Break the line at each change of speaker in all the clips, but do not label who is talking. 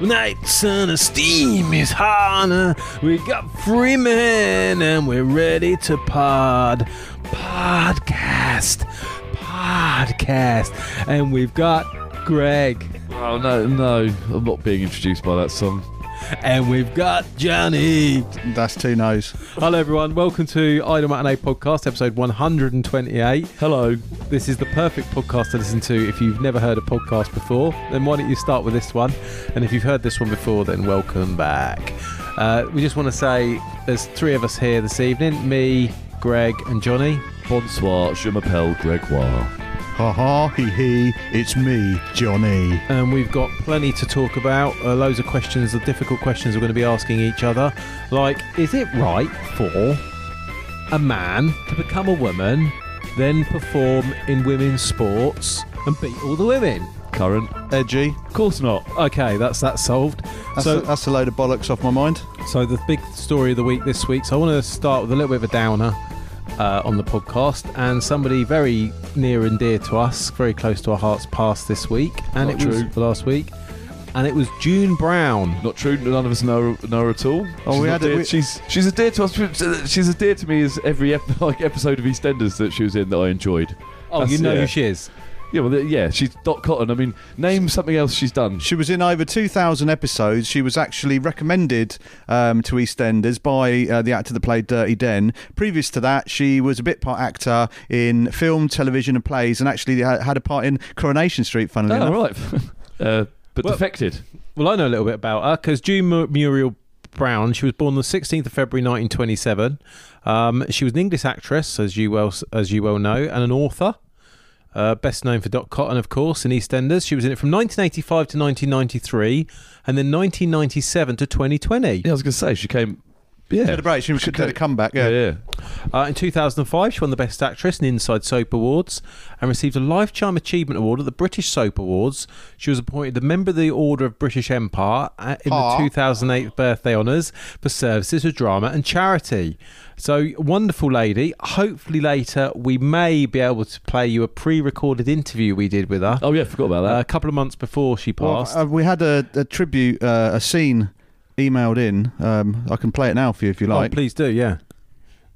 Night sun of steam is hot. We got free men and we're ready to pod. Podcast. Podcast. And we've got Greg.
Oh no, no! I'm not being introduced by that song.
And we've got Johnny.
That's two no's.
Hello, everyone. Welcome to Idle Matinee Podcast, episode 128.
Hello.
This is the perfect podcast to listen to if you've never heard a podcast before. Then why don't you start with this one? And if you've heard this one before, then welcome back. Uh, we just want to say there's three of us here this evening me, Greg, and Johnny.
Bonsoir, je m'appelle Gregoire.
Ha ha he he, it's me, Johnny.
And we've got plenty to talk about. Uh, loads of questions, the difficult questions we're going to be asking each other. Like, is it right for a man to become a woman, then perform in women's sports and beat all the women?
Current?
Edgy.
Of course not.
Okay, that's that solved.
That's,
so,
a, that's a load of bollocks off my mind.
so the big story of the week this week. So I want to start with a little bit of a downer uh, on the podcast, and somebody very near and dear to us, very close to our hearts, passed this week, and
Not
it was
true.
last week, and it was June Brown.
Not true. None of us know her, know her at all.
Oh,
she's
we
not
had a-
dear,
we-
She's she's as dear to us. She's as dear to me as every ep- like episode of EastEnders that she was in that I enjoyed.
Oh, you
That's-
know
yeah.
who she is.
Yeah, well, yeah. She's Dot Cotton. I mean, name something else she's done.
She was in over 2,000 episodes. She was actually recommended um, to EastEnders by uh, the actor that played Dirty Den. Previous to that, she was a bit part actor in film, television, and plays, and actually ha- had a part in Coronation Street, funnily
Oh,
enough.
right. uh, but
Well-
defected.
Well, I know a little bit about her because June Mu- Muriel Brown. She was born the 16th of February 1927. Um, she was an English actress, as you well as you well know, and an author. Uh, best known for Dot Cotton, of course, in EastEnders. She was in it from 1985 to 1993, and then 1997 to 2020.
Yeah, I was gonna say she came. Yeah.
She had a break. She was she had a comeback.
yeah,
Yeah.
yeah.
Uh, in 2005, she won the Best Actress in the Inside Soap Awards and received a Lifetime Achievement Award at the British Soap Awards. She was appointed a member of the Order of British Empire uh, in
Aw.
the 2008 Birthday Honours for services to drama and charity. So, wonderful lady. Hopefully, later we may be able to play you a pre recorded interview we did with her
Oh, yeah. Forgot about that.
uh, a couple of months before she
Well,
passed.
uh, we had a, a tribute, uh, a scene emailed in. Um, I can play it now for you if you
oh,
like.
please do, yeah.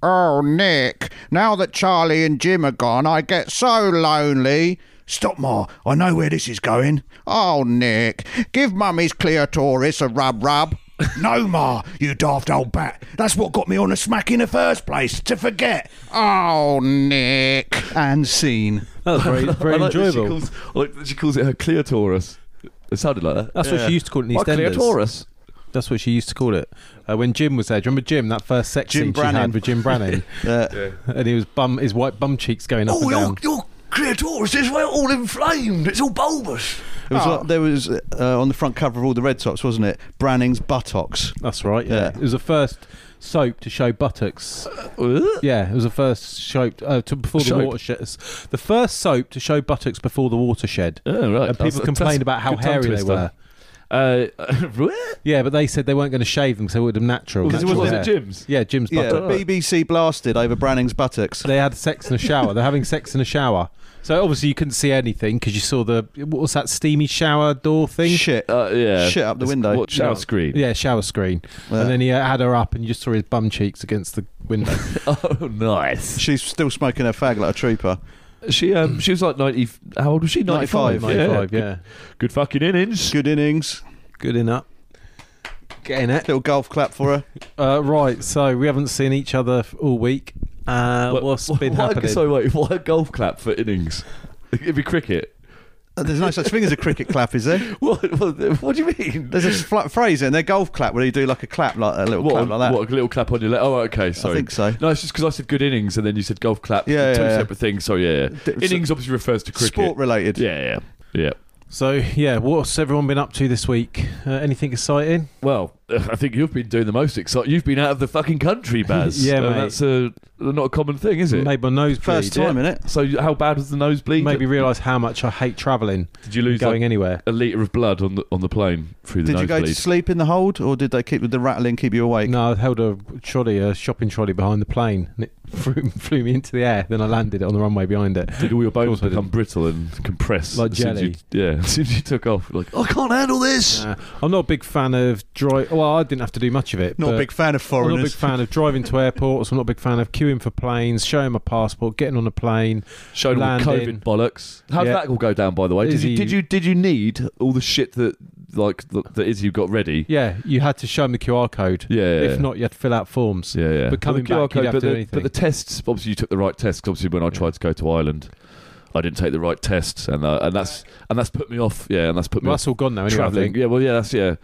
Oh, Nick, now that Charlie and Jim are gone, I get so lonely. Stop, Ma. I know where this is going. Oh, Nick, give Mummy's Cleotoris a rub rub. no, Ma, you daft old bat. That's what got me on a smack in the first place, to forget. Oh, Nick. And scene.
That was very, very
I like that
enjoyable.
She calls, I like that she calls it her Cleotaurus. It sounded like that.
That's what she used to call it in
My
EastEnders.
Cleotaurus.
That's what she used to call it uh, when Jim was there. Do you remember Jim? That first sex
Jim
scene she
Brannan.
had with Jim Brannan,
Uh,
and he was bum, his white bum cheeks going
Oh,
up and down.
your Cleotaurus is well all inflamed. It's all bulbous.
it was like- there was uh, on the front cover of all the Red Sox, wasn't it? Branning's buttocks.
That's right. Yeah.
Yeah.
it was the first soap to show buttocks.
Uh,
Yeah, it was the first soap uh, to, before the
Soap.
watershed. The first soap to show buttocks before the watershed.
Oh, right.
And people
That's-
complained
that's
about how
good tongue
hairy they
twister.
were.
Uh,
Yeah, but they said they weren't going to shave them because they would have natural.
because it
natural
wasn't
hair.
at Jim's.
Yeah, Jim's
Yeah,
buttocks.
BBC blasted over Branning's buttocks.
They had sex in a shower. They're having sex in a shower. So obviously you couldn't see anything because you saw the what was that steamy shower door thing?
Shit.
Uh, yeah.
Shit up the
It's-
window.
What, shower
Yeah.
screen.
Yeah, shower screen.
Yeah.
And then he had her up, and you just saw his bum cheeks against the window.
Oh, nice.
She's still smoking her fag like a trooper.
She um she was like ninety. How old was she?
95.
95, yeah.
Good, good fucking innings.
Good innings.
Good enough. Getting it.
Little golf clap for her.
Uh, right, so we haven't seen each other f- all week. Uh,
What-
what's
why-
been
why-
happening?
Sorry, wait. Why a golf clap for innings? It'd be cricket.
Uh, There's no such thing as a cricket clap, is there?
What? What, what do you mean?
There's this flat phrase in there, golf clap, where you do like a clap, like a little
What,
clap like that.
what, a little clap on your leg? Oh, okay, sorry.
think so.
No, it's just because I said good innings and then you said golf clap.
Yeah,
Two
yeah, yeah.
separate things. Sorry, yeah, yeah.
D-
innings obviously refers to cricket.
Sport related.
Yeah, yeah, yeah.
So, yeah, what's everyone been up to this week? Uh, anything exciting?
Well, uh, I think you've been doing the most exciting. You've been out of the fucking country, Baz.
Yeah,
Uh,
mate.
That's a, not a common thing, is it?
Made my nose bleed.
First time, in it?
So you- how bad was the nosebleed?
Made me realise how much I hate travelling.
Did you lose
going
like,
anywhere?
a liter of blood on the on the plane through the
Did you go
nosebleed?
to sleep in the hold, or did they keep the rattling keep you awake?
No, I held a trolley, a shopping trolley behind the plane, and it flew, flew me into the air. Then I landed it on the runway behind it.
Did all your bones
Of course I
become
didn't.
brittle and compress?
Like
as soon as you- yeah, as soon as you took off, like "Oh,
I can't handle this.
Uh, I'm not a big fan of drive. Well, I didn't have to do much of it.
Not
but
a big fan of
Uh, I'm not a big
foreigners.
fan of driving to airports. I'm not a big fan of queuing for planes, showing my passport, getting on a plane.
showing all the
Landing.
COVID bollocks. How did
Yeah.
that all go down, by the way? Did
Izzy-
you, did you did you need all the shit that like that, that Izzy got ready?
Yeah, you had to show them the QR code.
Yeah, yeah,
If not, you had to fill out forms.
Yeah, yeah.
But coming
Well, the
back, you'd have
but,
to do
the,
anything.
but the tests, obviously, you took the right test. 'cause obviously, when I tried to go to Ireland, I didn't take the right test, and uh, and that's and that's put me off. Yeah, and that's put me
Well,
off
that's all gone now. Anyway, I
traveling.
think.
Yeah, well, yeah, that's yeah,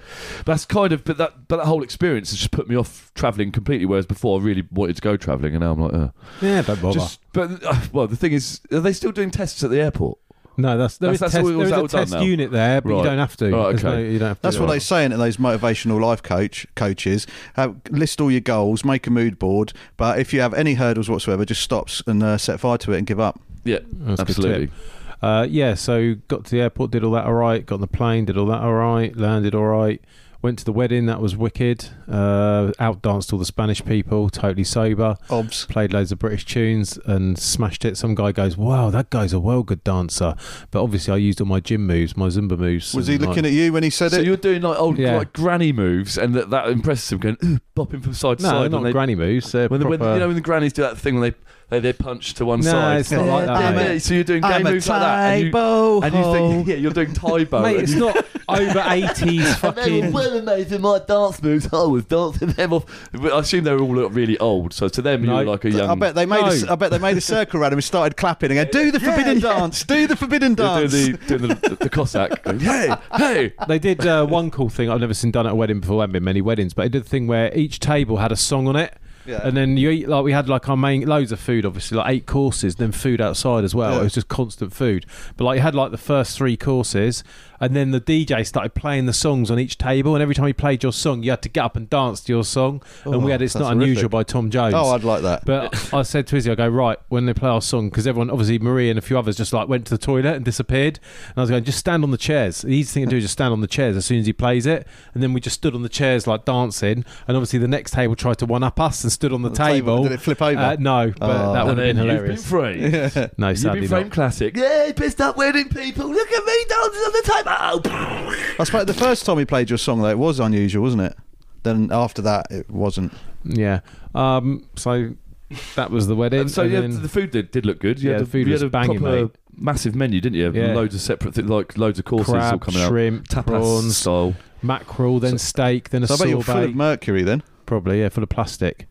that's kind of. But that but that whole experience has just put me off traveling completely. Whereas before, I really wanted to go traveling, and now I'm like, uh,
Yeah, don't bother.
just. But uh, well, the thing is, are they still doing tests at the airport?
no, that's there
That's-
is
that's
test,
all-
there is
that
a
all done
test
now?
unit there, but you
Right.
don't have to.
Right,
There's
okay.
no- you don't have to
That's
do
what
it.
they say in those motivational life coach coaches. Uh, list all your goals, make a mood board, but if you have any hurdles whatsoever, just stops and uh, set fire to it and give up.
Yeah,
That's a good
absolutely.
tip. Uh, yeah, so got to the airport, did all that all right. Got on the plane, did all that all right. Landed all right. Went to the wedding, that was wicked. Uh, outdanced all the Spanish people, totally sober.
Obs.
Played loads of British tunes and smashed it. Some guy goes, "Wow, that guy's a well good dancer." But obviously, I used all my gym moves, my Zumba moves.
Was he looking at you when he said
So
it?
you're doing like old
Yeah.
like granny moves, and that, that impresses him, going "Ooh," bopping from side to
No,
side.
not
when they-
granny moves. They're
When, the, when the-
proper-
you know when the grannies do that thing where they they, they punch to one
No,
side.
it's not like that,
Yeah,
mate.
yeah, so you're doing game
I'm a
moves like that, and you,
typo
and you
ho.
think yeah, you're doing Taibo.
Oh. Mate,
and
it's
you-
not over eighties fucking.
well amazing my dance moves. I was dancing them off. But I assume they were all really old, so to them
No.
you were like a young.
I bet they made. a s I
No.
I bet they made a circle around him and started clapping and go, "Do the forbidden dance! Do the forbidden
You're
dance!"
doing the, doing the, the Cossack. going, hey, hey.
They did uh, one cool thing I've never seen done at a wedding before. I haven't been many weddings, but they did the thing where each table had a song on it.
Yeah.
And then you eat like we had like our main loads of food, obviously like eight courses, then food outside as well.
Yeah.
It was just constant food, but like you had like the first three courses, and then the DJ started playing the songs on each table, and every time he played your song, you had to get up and dance to your song. and we had "It's
Oh, that's
Not Unusual"
horrific.
by Tom Jones.
Oh, I'd like that.
But I said to Izzy, I go, right, when they play our song, because everyone, obviously Marie and a few others just like went to the toilet and disappeared. And I was going, just stand on the chairs. The easiest thing to do is just stand on the chairs as soon as he plays it. And then we just stood on the chairs like dancing. And obviously the next table tried to one up us and stood on the,
table.
table.
Did it flip over?
Uh, no, but
Oh.
that would
And
have been
then you've been
hilarious.
framed.
no,
You've been
sadly
framed
not.
classic. Yeah, pissed up wedding people. Look at me dancing on the Oh. table.
I suppose the first time he played your song though, it was unusual, wasn't it? Then after that, it wasn't.
Yeah. Um, so that was the wedding.
so
and
yeah,
then-
the food did, did look good. You
Yeah,
had a,
the food
you
was
had a
banging,
proper
mate.
massive menu, didn't you?
Yeah.
Loads of separate, thi- like loads of courses all
crab,
coming
shrimp,
out. Tapas
prawns,
style.
mackerel, then steak, then a
So I bet
sorbet.
you're full of mercury then.
probably yeah full of plastic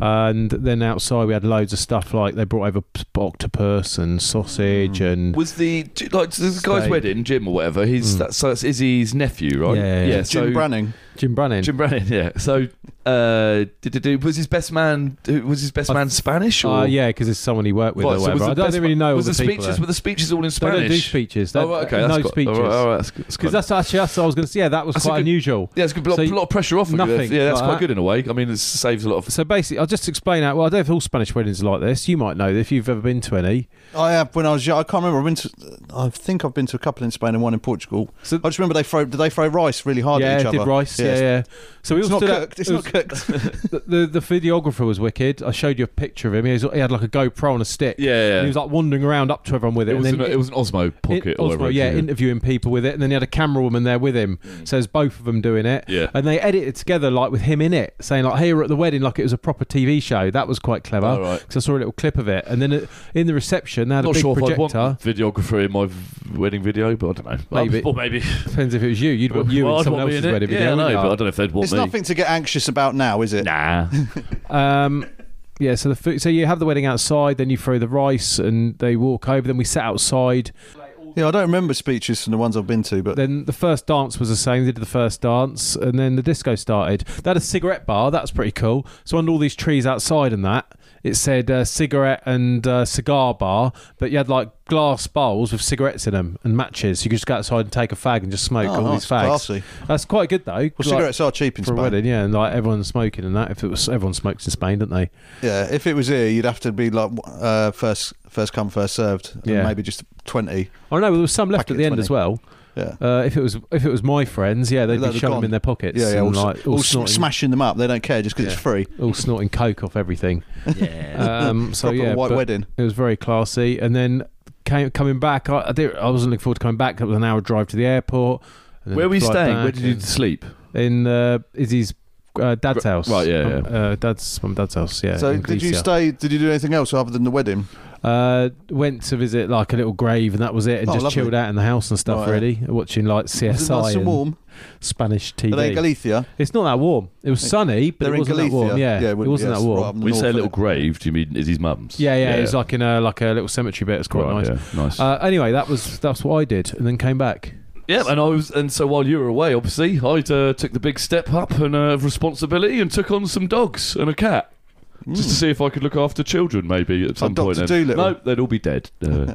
and then outside we had loads of stuff like they brought over p- octopus and sausage
Mm.
and
Was the do- like so this guy's
Steak.
wedding, Jim or whatever? He's that, so that's Izzy's nephew,
Mm.
right?
Yeah, yeah, yeah.
so,
Jim Branning.
Jim Brannan.
Jim Brannan, yeah. So, uh, did, did, did, was his best man? who- Was his best
I-
man Spanish? Or?
uh, yeah, because it's someone he worked with
Right,
or
so
whatever.
was the
I don't
best
really
man-
know all
Was
the,
the,
people
speeches?
there.
Were the speeches all in
They
Spanish?
don't do speeches. They,
Oh, right, okay, that's
no
got-
speeches.
All right,
Because
all right, that's, that's kind of-
that's actually that's what I was going to say. Yeah, that was
That's a
quite
good-
unusual.
yeah, it's a lot,
so you-
lot of pressure off. of you.
nothing
Yeah, that's
like
quite
that.
good in a way. I mean, it saves a lot of.
So basically, I'll just explain out. Well, I don't know if all Spanish weddings are like this. You might know if you've ever been to any.
I have when I was young. I can't remember. I've been to, I think I've been to a couple in Spain and one in Portugal.
So-
I just remember they throw. Did they throw rice really hard
yeah,
at each other?
did rice. Yeah, yeah. So we
It's
all
not
stood out-
cooked. It's
it
not
was-
cooked.
the, the the videographer was wicked. I showed you a picture of him. He, was, he had like a GoPro on a stick.
Yeah, yeah, yeah.
And he was like wandering around up to everyone with it.
It
and
was,
then
an, it was an Osmo pocket.
in-
or
Osmo,
whatever,
yeah, interviewing people with it, and then he had a camera woman there with him.
Mm.
So it's both of them doing it.
Yeah.
And they edited together like with him in it, saying like, "Hey, we're at the wedding," like it was a proper TV show. That was quite clever.
Oh, right.
'cause I saw a little clip of it, and then it, in the reception they had a
Not
big
sure if I'd want
projector.
videographer in my v- wedding video, but I don't know.
Maybe.
or maybe.
Depends if it was you. You'd want you
Well,
in
I'd
someone
want me
else's
in it.
wedding
Yeah,
video.
I know,
wouldn't
but
you?
I don't know if they'd want
it's
me.
nothing to get anxious about now, is it?
Nah.
Um, yeah, so the food. So you have the wedding outside, then you throw the rice, and they walk over. Then we sat outside.
Yeah, I don't remember speeches from the ones I've been to, but
Then the first dance was the same. They did the first dance, and then the disco started. They had a cigarette bar. That's pretty cool. So under all these trees outside and that, It said uh, cigarette and uh, cigar bar, but you had like glass bowls with cigarettes in them and matches. You could just go outside and take a fag and just smoke
Oh,
all
nice.
these fags.
Classy.
That's quite good though.
Well, cigarettes are cheap in
for a
Spain.
wedding, yeah, and like everyone's smoking and that. If it was everyone smokes in Spain, don't they?
Yeah, if it was here, you'd have to be like uh, first first come first served. and
Yeah.
maybe just twenty.
I know there was some left
Packet
at the end
20.
as well.
Yeah.
Uh, if it was if it was my friends, yeah, they'd
They'd
be
be
shoving them
gone.
in their pockets.
yeah, yeah,
and,
all,
like,
all,
all
s-
snorting,
smashing them up. They don't care just because it's free.
all snorting coke off everything.
Yeah.
Um, so
Proper
yeah,
white
but
wedding.
It was very classy. And then came, coming back, I I, did, I wasn't looking forward to coming back. It was an hour drive to the airport. and then
Where were you
flight
staying?
back
Where did you
and-
sleep?
in uh, Izzy's uh, dad's house.
right, yeah,
Um,
yeah.
Uh, dad's from dad's house. Yeah.
So
in
did you
Galicia.
stay? Did you do anything else other than the wedding?
Uh, went to visit like a little grave, and that was it, and
Oh,
just
lovely.
chilled out in the house and stuff.
Right.
Really, watching like
Was it
CSI
nice and
and
warm?
Spanish TV.
Are they in Galicia?
It's not that warm. It was sunny, but
They're
it
in
wasn't
Galicia.
that warm. Yeah, it
well,
wasn't
yes,
that
right up
warm.
in the
When you say a
north,
little
isn't it?
grave, do you mean Izzy's mum's?
Yeah, yeah, it was like in a like a little cemetery bit. It's quite nice.
Right, Yeah, nice.
Uh, anyway, that was that's what I did, and then came back.
yeah, and I was, and so while you were away, obviously, I uh, took the big step up and uh, of responsibility and took on some dogs and a cat. Just to see if I could look after children, maybe at some
Dr.
point. And-
Dolittle.
No, they'd all be dead. Uh,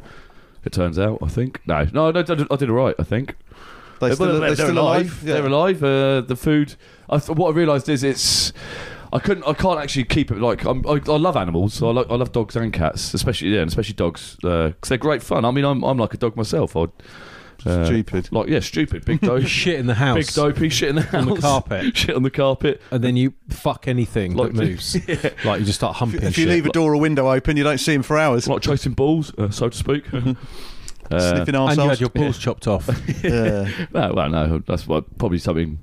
it turns out, I think. No, no, no, I did- I did all right. I think.
They
They're,
still,
they're,
they're
they're
still alive. Yeah.
They're alive. Uh, the food. I th- what I realised is it's. I couldn't. I can't actually keep it. Like I'm, I, I love animals. I like. I love dogs and cats, especially yeah, and especially dogs because they're great fun. I mean, I'm, I'm like a dog myself. I uh,
Stupid.
Like yeah, stupid. Big dope.
You shit in the
Oh, big
house,
dopey. Shit in the
On
house.
the carpet.
shit on the carpet.
and then you fuck anything
Like-
that moves. Like you just start humping.
If you
shit.
leave a door or window open, you don't see them for hours.
Like chasing balls, uh, so to speak. uh,
Sniffing
and you had
arseholes.
your balls chopped off.
Yeah.
no, well, no, that's what, probably something.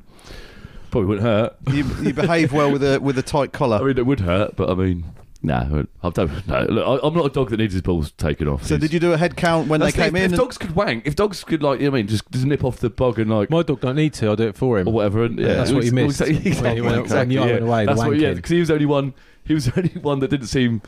Probably wouldn't hurt.
you, you behave well with a with a tight collar.
I mean, it would hurt, but I mean, nah, I don't. No, look, I, I'm not a dog that needs his balls taken off.
so
He's-
did you do a head count when they
That's the-
came
if,
in?
If
and-
dogs could wank, if dogs could like, you know what I mean, just, just nip off the bog and like
My dog don't need to. I'll do it for him.
or whatever. And, yeah,
That's what you missed.
Exactly.
When you went- when you
yeah.
went away, the
That's what, yeah,
wanking.
because he was the only one. He was the only one that didn't seem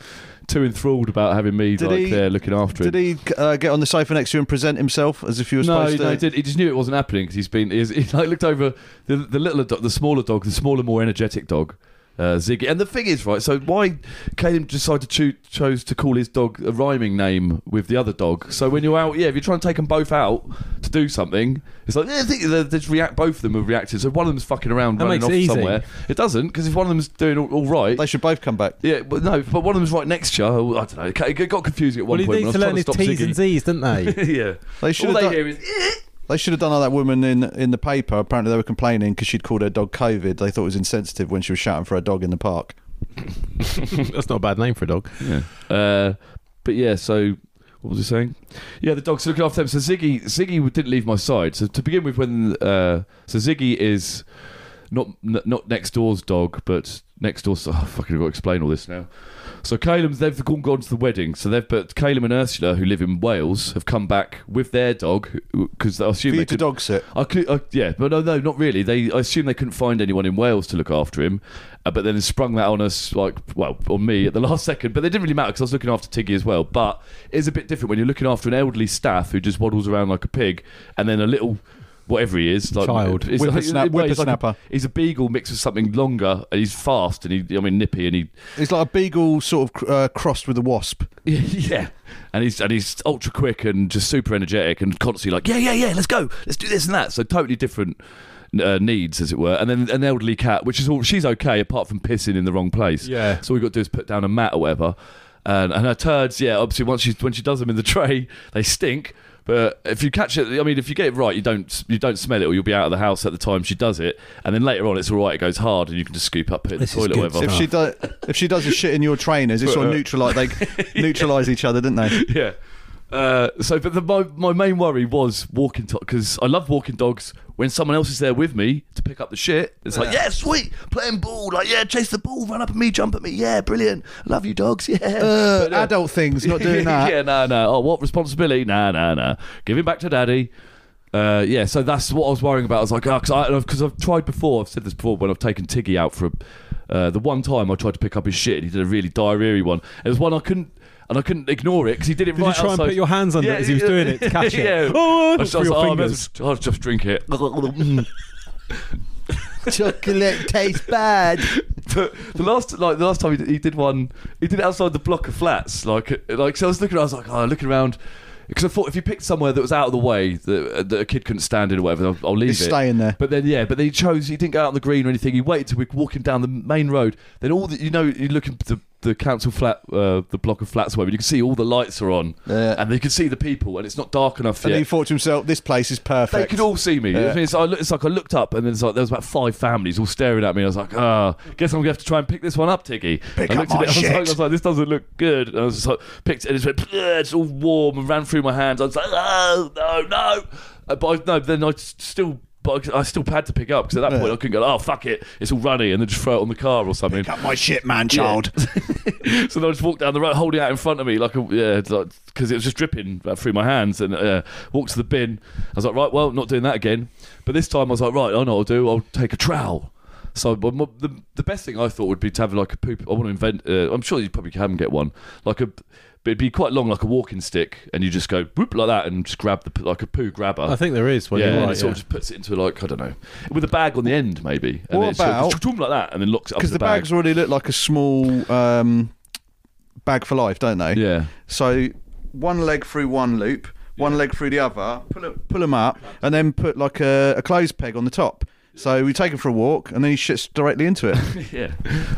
too enthralled about having me
Did
like
he-
there looking after him.
Did he uh, get on the sofa next to you and present himself as if you were
no,
supposed to?
no, he did. He just knew it wasn't happening because he's been. He's, he like looked over the the littler dog, the smaller dog, the smaller, more energetic dog, uh, Ziggy. And the thing is, right? So why Caden decided to choo- chose to call his dog a rhyming name with the other dog? So when you're out, yeah, if you're trying to take them both out to do something, it's like yeah, I think they they just react. Both of them have reacted. So if one of them's fucking around,
That
running
makes it
off
easy.
somewhere. It doesn't because if one of them's doing all, all right.
They should both come back.
yeah, but no, but one of them's right next to you. I don't know. It got confusing at
well,
one
he
point.
needs
when
to
I
learn
was
his
trying to
T's and
stop Ziggy.
Z's, didn't they?
yeah.
They should
All
have
they
done-
hear is.
They should have done like that woman in in the paper. Apparently, they were complaining because she'd called her dog COVID. They thought it was insensitive when she was shouting for her dog in the park.
That's not a bad name for a dog.
Yeah. Uh, but yeah, so what was he saying? Yeah, the dogs looking after them. So Ziggy, Ziggy didn't leave my side. So to begin with, when uh, so Ziggy is not n- not next door's dog, but next door's. Oh, fucking, I've got to explain all this now. So Caleb, they've all gone to the wedding. So they've but Caleb and Ursula, who live in Wales, have come back with their dog because I assume
For
they
you to
could-
dog sit.
I could, I, yeah, but no, no, not really. They, I assume they couldn't find anyone in Wales to look after him, uh, but then sprung that on us, like, well, on me at the last second. But it didn't really matter because I was looking after Tiggy as well. But it's a bit different when you're looking after an elderly staff who just waddles around like a pig, and then a little. Whatever he is, like
Child.
it's like-
Whippersnap-
no, he's like a-
whippersnapper.
he's a beagle mixed with something longer, and he's fast, and he, I mean, nippy, and he
It's like a beagle sort of cr- uh, crossed with a wasp.
yeah, and he's and he's ultra quick and just super energetic and constantly like, yeah, yeah, yeah, let's go, let's do this and that. So totally different uh, needs, as it were. And then an elderly cat, which is all she's okay apart from pissing in the wrong place.
Yeah.
So all we got to do is put down a mat or whatever. And, and her turds, yeah, obviously once she when she does them in the tray, they stink. But if you catch it, I mean, if you get it right, you don't you don't smell it, or you'll be out of the house at the time she does it. And then later on, it's all right. It goes hard, and you can just scoop up, put it in the
This is
toilet, or
good
whatever.
If she does, if she does a shit in your trainers, it's sort of neutralise. They neutralise each other, didn't they?
yeah. Uh, so, but the, my my main worry was walking dogs because I love walking dogs. When someone else is there with me to pick up the shit, it's like yeah, sweet, playing ball, like yeah, chase the ball, run up at me, jump at me, yeah, brilliant, love you dogs, yeah.
Uh,
But, uh,
adult things, not doing that.
yeah, no, no. Oh, what responsibility? No, no, no. Give him back to daddy. Uh, yeah, so that's what I was worrying about. I was like, because I because I've tried before. I've said this before when I've taken Tiggy out for a, uh, the one time I tried to pick up his shit. and He did a really diarrhea one. It was one I couldn't. And I couldn't ignore it because he did it
you
right
try and
outside-
put your hands under it as he was doing it to catch it?
yeah.
Oh,
I was
for
just,
your
like, oh, I might
fingers.
as well- I'll just drink it.
Chocolate tastes bad.
But the last, like the last time he did, he did one, he did it outside the block of flats. Like, like so I was looking, I was like, oh, looking around. Because I thought if you picked somewhere that was out of the way that, uh, that a kid couldn't stand in or whatever, I'll, I'll leave
He's
it.
staying there.
But then yeah, but then he chose. He didn't go out on the green or anything. He waited till we were walking down the main road. Then all the you know you look at the the council flat, uh, the block of flats, where you can see all the lights are on,
Yeah.
and you can see the people, and it's not dark enough
And
yet.
he thought to himself, "This place is
They
perfect."
could all see me.
Yeah.
It's, I look, it's like I looked up, and then it's like there was about five families all staring at me. I was like, ah, guess I'm gonna have to try and pick this one up, Tiggy.
Pick
I
up
looked at
my
it, I was,
shit.
Like, I was like, this doesn't look good. And I was just like, picked it, and it just went, "Bleh," it's all warm, and ran through my hands. I was like, oh no, no. Uh, But I, no, then I s- still. But I I still had to pick up because at that point I couldn't go. Oh fuck it, it's all runny, and then just throw it on the car or something.
Cut my shit, man, child.
so then I just walked down the road, holding it out in front of me, like a, yeah, because it was just dripping uh, through my hands. And uh, walked to the bin. I was like, right, well, not doing that again. But this time I was like, right, I know what I'll do. I'll take a trowel. So but my, the the best thing I thought would be to have like a poop. I want to invent. Uh, I'm sure you probably can get one, like a. But it'd be quite long, like a walking stick, and you just go whoop like that, and just grab the p- like a poo grabber.
I think there is one.
yeah,
you're
and
right,
it sort
yeah.
of just puts it into like I don't know, with a bag on the end maybe. And
What
then it sort of
about-
goes chum like that, and then locks it up.
because
in
the bags already look like a small um, bag for life, don't they?
Yeah.
So one leg through one loop, one leg through the other. Pull, it, pull them up, and then put like a, a clothes peg on the top. So we take him for a walk, and then he shits directly into it.
Yeah,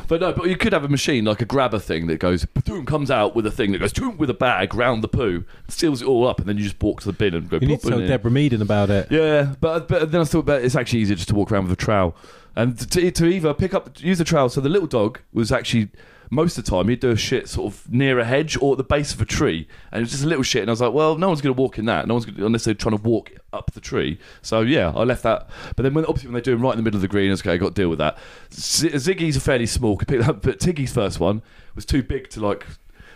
but no, but you could have a machine like a grabber thing that goes, boom, comes out with a thing that goes, boom, with a bag round the poo, seals it all up, and then you just walk to the bin and go.
You need
"Pop
to
in
tell
here."
Deborah Meaden about it.
Yeah, but but then I thought about it's actually easier just to walk around with a trowel, and to, to either pick up use the trowel. So the little dog was actually most of the time he'd do a shit sort of near a hedge or at the base of a tree, and it was just a little shit. And I was like, well, no one's going to walk in that, no one's gonna, unless they're trying to walk up the tree. So yeah, I left that. But then when obviously when they do him right in the middle of the green, I was okay, I got to deal with that. Z- Ziggy's are fairly small, could pick that up, but Tiggy's first one was too big to like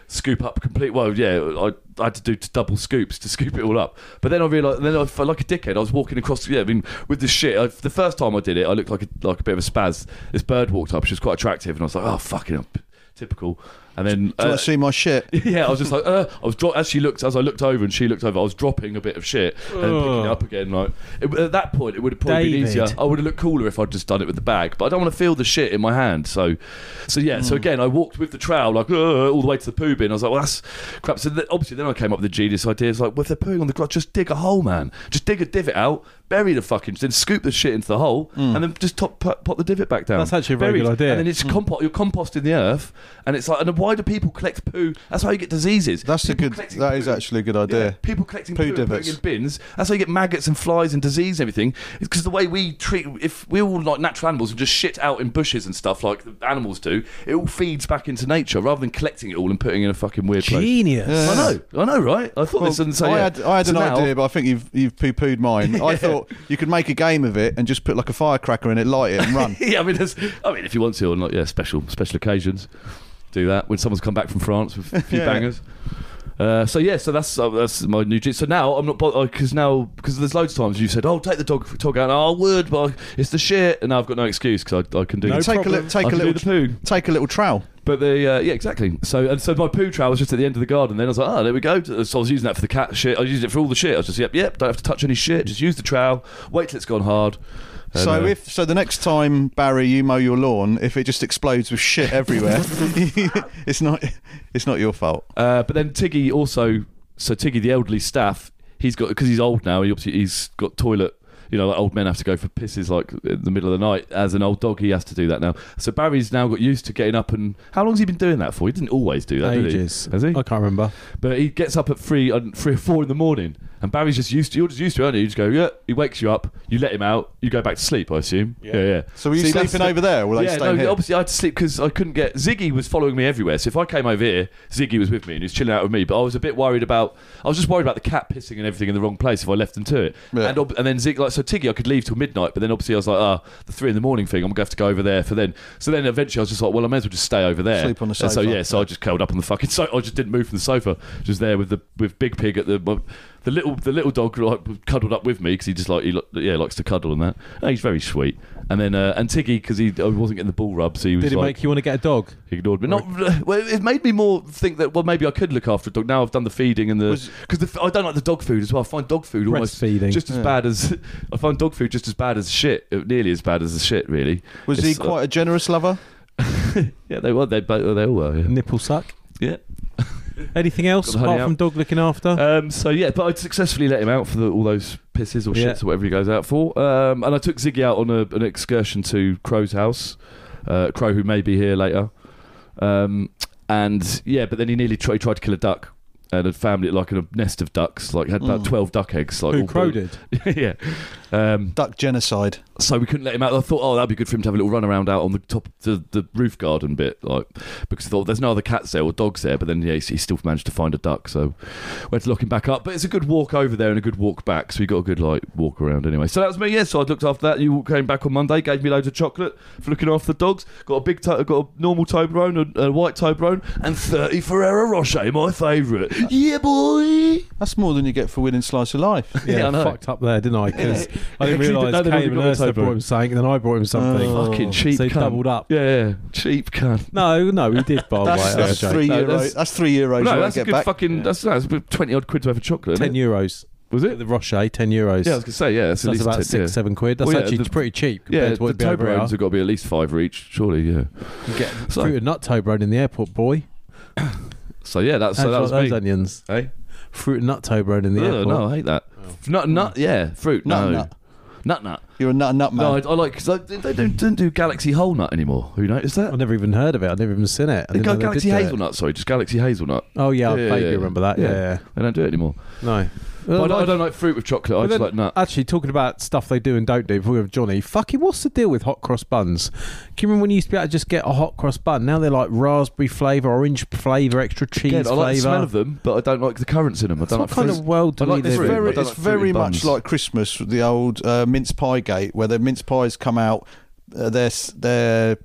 scoop up complete. Well, yeah, I, I had to do t- double scoops to scoop it all up. But then I realised, then I felt like a dickhead. I was walking across. Yeah, I mean, with the shit. I, the first time I did it, I looked like a, like a bit of a spaz. This bird walked up. She was quite attractive, and I was like, oh fucking up. typical. And then
Do you
uh,
want to see my shit?
yeah, I was just like, uh, I was dro- as she looked as I looked over and she looked over, I was dropping a bit of shit and then picking it up again. Like it, at that point, it would have probably been
David.
easier. I would have looked cooler if I'd just done it with the bag, but I don't want to feel the shit in my hand. So, so yeah. So again, I walked with the trowel like uh, all the way to the poo bin. I was like, well, that's crap. So th- obviously, then I came up with the genius idea. It's like, well, if they're pooing on the ground, just dig a hole, man. Just dig a divot out. Bury the fucking, then scoop the shit into the hole, and then just top pop, pop the divot back down.
That's actually a very
Bury
good
it.
idea. Hmm.
And then it's compost. You're composting the earth, and it's like, and why do people collect poo? That's how you get diseases.
That's a
People
good.
collecting
That is
poo.
actually a good
Yeah,
idea.
people collecting
Poo
poo, and putting
divots.
in bins. That's how you get maggots and flies and disease and everything. It's because the way we treat, if we're all like natural animals and just shit out in bushes and stuff like the animals do, it all feeds back into nature rather than collecting it all and putting it in a fucking weird place.
Genius.
Yeah.
I know, I know, right? I thought
Well,
this and so
I
yeah.
had, I had
So
an
now-
idea, but I think you've you've poo pooed mine. I thought you could make a game of it and just put like a firecracker in it, light it, and run.
yeah, I mean, there's, I mean, if you want to or not, yeah, special special occasions, do that when someone's come back from France with a few
Yeah.
bangers. Uh, so yeah, so that's uh, that's my new jig. So now I'm not because now because there's loads of times you said, "Oh, take the dog dog out." And, oh, I would, but it's the shit, and now I've got no excuse because I, I can do
No
the-
take a
problem.
little, take
I
a
can do
little,
the poo.
take a little trowel.
But the uh, yeah, exactly. So and so my poo trowel was just at the end of the garden. Then I was like, oh, there we go. So I was using that for the cat shit. I used it for all the shit. I was just yep, yep. Don't have to touch any shit. Just use the trowel. Wait till it's gone hard. And,
So
uh,
if so, the next time Barry you mow your lawn, if it just explodes with shit everywhere, it's not it's not your fault.
Uh, but then Tiggy also, so Tiggy, the elderly staff, he's got because he's old now. He obviously he's got toilet. You know, like old men have to go for pisses like in the middle of the night. As an old dog, he has to do that now. So Barry's now got used to getting up and how long's he been doing that for? He didn't always do that. did he?
Ages.
Has he?
I can't remember.
But he gets up at three, uh, three or four in the morning, and Barry's just used to. You're just used to, it, aren't you? You just go, yeah. He wakes you up. You let him out. You go back to sleep. I assume. Yeah, yeah.
So were you
See, that's
sleeping
the-
over there? Or were they
yeah,
staying
no,
here?
obviously I had to sleep because I couldn't get. Ziggy was following me everywhere, so if I came over here, Ziggy was with me and he was chilling out with me. But I was a bit worried about. I was just worried about the cat pissing and everything in the wrong place if I left them to it.
Yeah.
And ob- and then Ziggy, like so Tiggy, I could leave till midnight, but then obviously I was like, ah, the three in the morning thing, I'm gonna have to go over there for then. So then eventually I was just like, well, I may as well just stay over there.
Sleep on the
And so
sofa.
yeah, so I just curled up on the fucking sofa. I just didn't move from the sofa. Just there with the with Big Pig at the my- the little the little dog like, cuddled up with me because he just like he li- yeah likes to cuddle and that. And he's very sweet. And then uh, and Tiggy because he I wasn't getting the ball rub, so he was
Did it
like,
make you want to get a dog?
he ignored me. Not well. It made me more think that well maybe I could look after a dog. Now I've done the feeding and the
Was-
because I don't like the dog food as well. I find dog food almost
Breastfeeding.
just as bad as I find dog food just as bad as shit. Nearly as bad as the shit really.
Was he
It's, uh,
quite a generous lover?
yeah, they were. They both. They all were. Yeah.
Nipple suck.
yeah.
Anything else
Gotta hurry
apart from
up.
dog looking after?
Um, so yeah, but I'd successfully let him out for the, all those pisses or shits
Yeah.
or whatever he goes out for. Um, and I took Ziggy out on a, an excursion to Crow's house, uh, Crow who may be here later. Um, and yeah, but then he nearly tried, tried to kill a duck and a family like a nest of ducks, like had about twelve duck eggs. Like
Mm. Who
all
Crow
blue-
did?
yeah. Um,
Duck genocide.
so we couldn't let him out. I thought, oh, that'd be good for him to have a little run around out on the top, the, the roof garden bit, like because I thought there's no other cats there or dogs there. But then yeah, he, he still managed to find a duck, so we had to lock him back up. But it's a good walk over there and a good walk back, so we got a good like walk around anyway. So that was me. Yeah, so I looked after that. You came back on Monday, gave me loads of chocolate for looking after the dogs. Got a big, to- got a normal Toblerone, a, a white Toblerone, and thirty Ferrero Rocher, my favourite. Yeah, boy.
That's more than you get for winning slice of life.
yeah,
Yeah, I
I
know.
fucked up there, didn't I? Because I didn't
Actually, didn't know
realise
they'd already
Kane and
got the
Ursula
table.
brought him something, and then I brought him something.
Fucking cheap.
Oh, so he
cunt.
doubled up.
Yeah, yeah, cheap cunt.
No, no, we did buy
That's,
white
that's
LJ.
three
No,
euro.
that's-
That's, three euros.
No,
you won't
that's a
get
good
back.
fucking. That's that's about twenty odd quid worth of chocolate. isn't
Ten
it?
euros.
was it?
The Rocher, ten euros.
Yeah, I was gonna say yeah. That's,
that's
at least
about
10,
six,
yeah.
seven quid. That's
Well, yeah,
actually
the-
pretty cheap compared
Yeah,
to what
the
the
toe
over
bones
are.
have got to be at least five for each, surely. Yeah.
You get
So-
fruit and nut Toblerone in the airport, boy.
So yeah, that's so
How'd you
that
like
was
those
me.
onions.
Hey,
Fruit and nut Toblerone in the
Ugh,
airport.
no, I hate that. Nut, nut, yeah, fruit,
Nut,
no,
nut.
nut, nut.
You're a nut, nut man.
No, I, I like because they, they don't, don't do Galaxy Whole Nut anymore. Who noticed that?
I've never even heard of it. I've never even seen it. I
They
didn't know
go
they
Galaxy
did do it.
Hazelnut. Sorry, just Galaxy Hazelnut.
Oh yeah, I
Yeah,
vaguely
yeah, yeah.
remember that. Yeah,
Yeah.
yeah.
They don't do it anymore.
no.
But I,
Well,
don't, I
like-
don't like fruit with chocolate. I
But
just
then,
like nut.
Actually, talking about stuff they do and don't do, before we have Johnny, fucking what's the deal with hot cross buns? Can you remember when you used to be able to just get a hot cross bun? Now they're like raspberry flavour, orange flavour, extra cheese
Again, I
flavour.
like the smell of them, but I don't like the currants in them. I don't
what
like
kind
fruit.
of world do
I like
we
the
It's
live in?
fruit.
very,
I don't
it's
like fruit
very
in
much
buns.
like Christmas, with the old uh, mince pie gate, where the mince pies come out. Uh, their s- their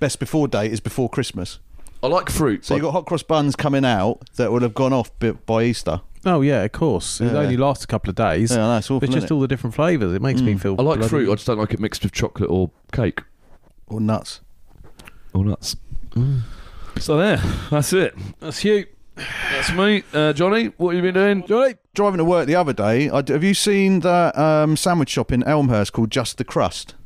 best before date is before Christmas.
I like fruit.
So
but
you got hot cross buns coming out that would have gone off bi- by Easter.
Oh yeah, of course. It
Yeah.
only lasts a couple of days.
Yeah, no, it's awful.
It's just
isn't
all the different flavours. It makes me feel.
Mm. I like
bloody-
fruit. I just don't like it mixed with chocolate or cake
it? Or nuts.
or nuts. So there, that's it.
That's you,
That's me, uh, Johnny. What have you been doing?
Johnny.
Driving to work the other day, I d have you seen that um, sandwich shop in Elmhurst called Just the Crust?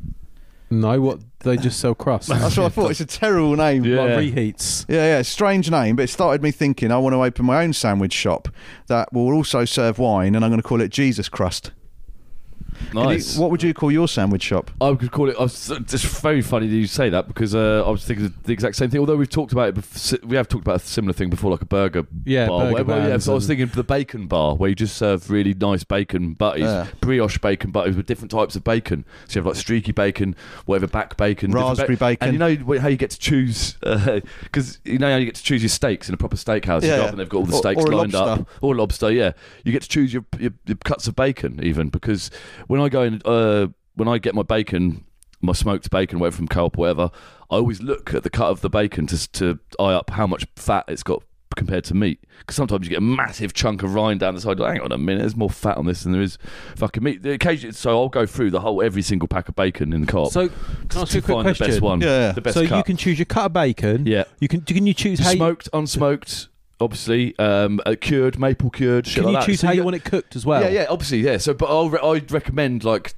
No, what they just sell crust.
That's what I thought. It's a terrible name.
Yeah.
Like reheats.
Yeah, yeah, strange name, but it started me thinking I want to open my own sandwich shop that will also serve wine, and I'm going to call it Jesus Crust. Could you-
Nice.
what would you call your sandwich shop?
I would call it. I was, it's very funny that you say that because uh, I was thinking the exact same thing. Although we've talked about it, bef- we have talked about a similar thing before, like a burger
Yeah,
bar. or
burger
whatever. yeah,
buns
so I was
and-
thinking the bacon bar where you just serve really nice bacon butties,
Yeah.
brioche bacon butties with different types of bacon. So you have like streaky bacon, whatever back bacon, different
Raspberry bacon.
and you know wh- how you get to choose because you know how you get to choose your steaks in a proper steakhouse. you
Yeah,
go
yeah.
up and they've got all the
Or-
steaks
or a
lined up.
lobster.
or lobster. Yeah, you get to choose your, your, your cuts of bacon even because when I go in, uh, when I get my bacon, my smoked bacon, whatever from co-op, whatever, I always look at the cut of the bacon to to eye up how much fat it's got compared to meat. Because sometimes you get a massive chunk of rind down the side. Like, Hang on a minute, there's more fat on this than there is fucking meat. The occasion, so I'll go through the whole every single pack of bacon in the co-op.
So, can I ask
to
you a quick
find the
question?
best one,
Yeah, yeah.
the best
so
cut.
you can choose your cut of bacon.
yeah.
You can. Can you choose how? you-
Smoked, unsmoked, obviously, um, uh, cured, maple cured, shit
Can
like
you
that.
choose
So
how you want it cooked as well?
yeah, yeah, obviously, yeah. So, but I'll re- I'd recommend like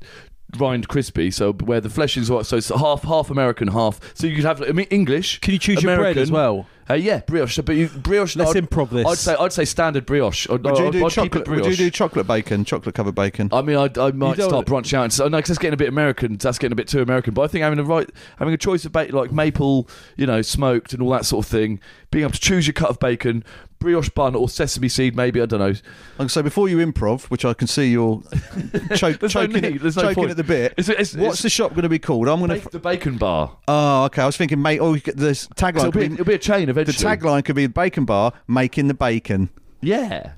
rind crispy, so where the flesh is what, so it's half half American, half. So you could have I mean, English.
Can you choose your bread
American.
as well?
Uh, yeah, brioche. So, but you, brioche.
Let's
I'd,
improv this.
I'd say I'd say standard brioche. I'd,
Would
I'd,
you do
I'd keep it
chocolate? Would
brioche.
you do chocolate bacon? Chocolate covered bacon?
I mean, I, I might
don't-
start branching out. And say, no, because that's getting a bit American. That's getting a bit too American. But I think having a right, having a choice of bacon, like maple, you know, smoked and all that sort of thing, being able to choose your cut of bacon, brioche bun, or sesame seed, maybe I don't know.
Like, so before you improv, which I can see you're choke,
There's no
choking,
need,
at-
there's no
choking
point.
at the bit.
It's- it's-
What's
it's-
the shop going to be called? I'm going to.
Make the bacon bar.
oh, okay. I was thinking, mate. Oh, you get this
So
tagline.
it'll, be,
Could be,
it'll be a chain
the
eventually.
tagline could be bacon bar making the bacon.
Yeah.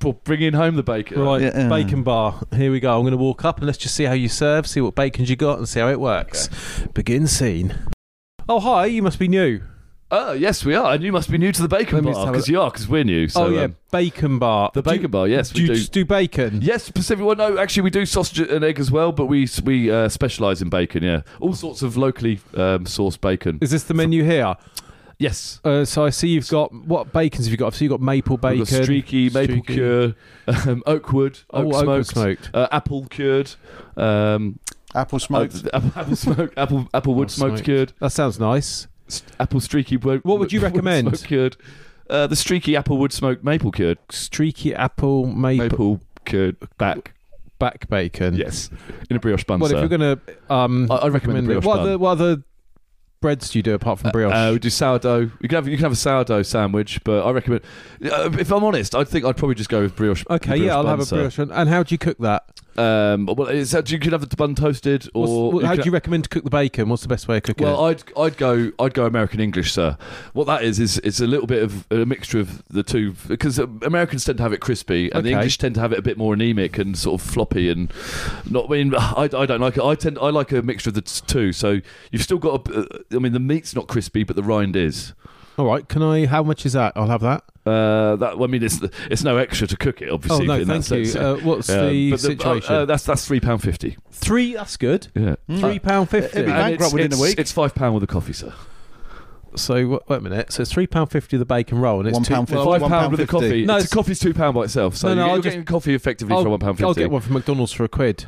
For bringing home the bacon.
Right,
Yeah, yeah.
bacon bar. Here we go. I'm going to walk up and let's just see how you serve, see what bacons you got, and see how it works. Begin scene. Oh, hi. You must be new.
Oh, yes, we are. And you must be new to the bacon
Let me
bar.
just have a-
Because you are, because we're new. So,
oh yeah,
um,
bacon bar.
the
Do you-
bacon bar, yes,
Do
we
you
do.
just do bacon?
Yes, specifically. Well, no, actually, we do sausage and egg as well, but we we uh, specialise in bacon. Yeah, all sorts of locally um, sourced bacon.
Is this the menu here?
yes,
Uh, so I see you've got what bacons have you got? So you've got maple bacon,
We've got streaky, maple
streaky-
cure, um, oakwood,
Oh,
oak
oakwood
smoked,
smoked.
Uh, apple cured, um,
Apple smoked.
oak- apple, apple smoked, apple apple wood
Oh,
smoked
smoked.
cured.
That sounds nice.
s- apple streaky. Wood,
What would you
wood
recommend?
Smoke cured. Uh, the streaky apple wood smoke maple cured.
Streaky apple maple,
Maple cured back.
back bacon.
Yes, in a brioche bun.
Well,
sir.
if you're going to um,
I- I recommend the
it,
brioche
what
bun.
other, what other breads do you do apart from brioche?
Uh, we do sourdough. You can have you can have a sourdough sandwich, but I recommend. Uh, if I'm honest, I think I'd probably just go with brioche.
okay,
brioche
yeah, I'll
bun,
have a
sir.
brioche. one. And how do you cook that?
Um, well, it's, you could have the bun toasted,
What's-
or
what- how
could-
do you recommend to cook the bacon? What's the best way of cooking
Well,
it?
I'd I'd go I'd go American English, sir. What that is is it's a little bit of a mixture of the two because uh, Americans tend to have it crispy and the
Okay.
English tend to have it a bit more anemic and sort of floppy and not. I mean, I, I don't like it. I tend I like a mixture of the t- two. So you've still got. A, uh, I mean, the meat's not crispy, but the rind is.
All right, can I? How much is that? I'll have that.
Uh, that I mean, it's it's no extra to cook it,
Oh
obviously.
no,
in that
thank you.
sense.
Uh, what's
Um,
the
but
situation?
uh, Hmm. uh, that's that's three pound fifty.
Three. That's good.
Yeah.
Three pound fifty.
It'd be
And
bankrupt
it's-
within a
it's-
week.
It's five pound with a coffee, sir.
So wha- wait a minute. So it's three pound fifty of the bacon roll, and it's
One
two-
pound fifty.
Well, five
one
pound
pound
with a
50.
coffee.
No,
No, it's,
it's-
a coffee's two pound by itself. So
No, no,
you're,
I'll
you're
just-
getting coffee effectively
I'll,
for one pound fifty.
I'll get one from McDonald's for a quid.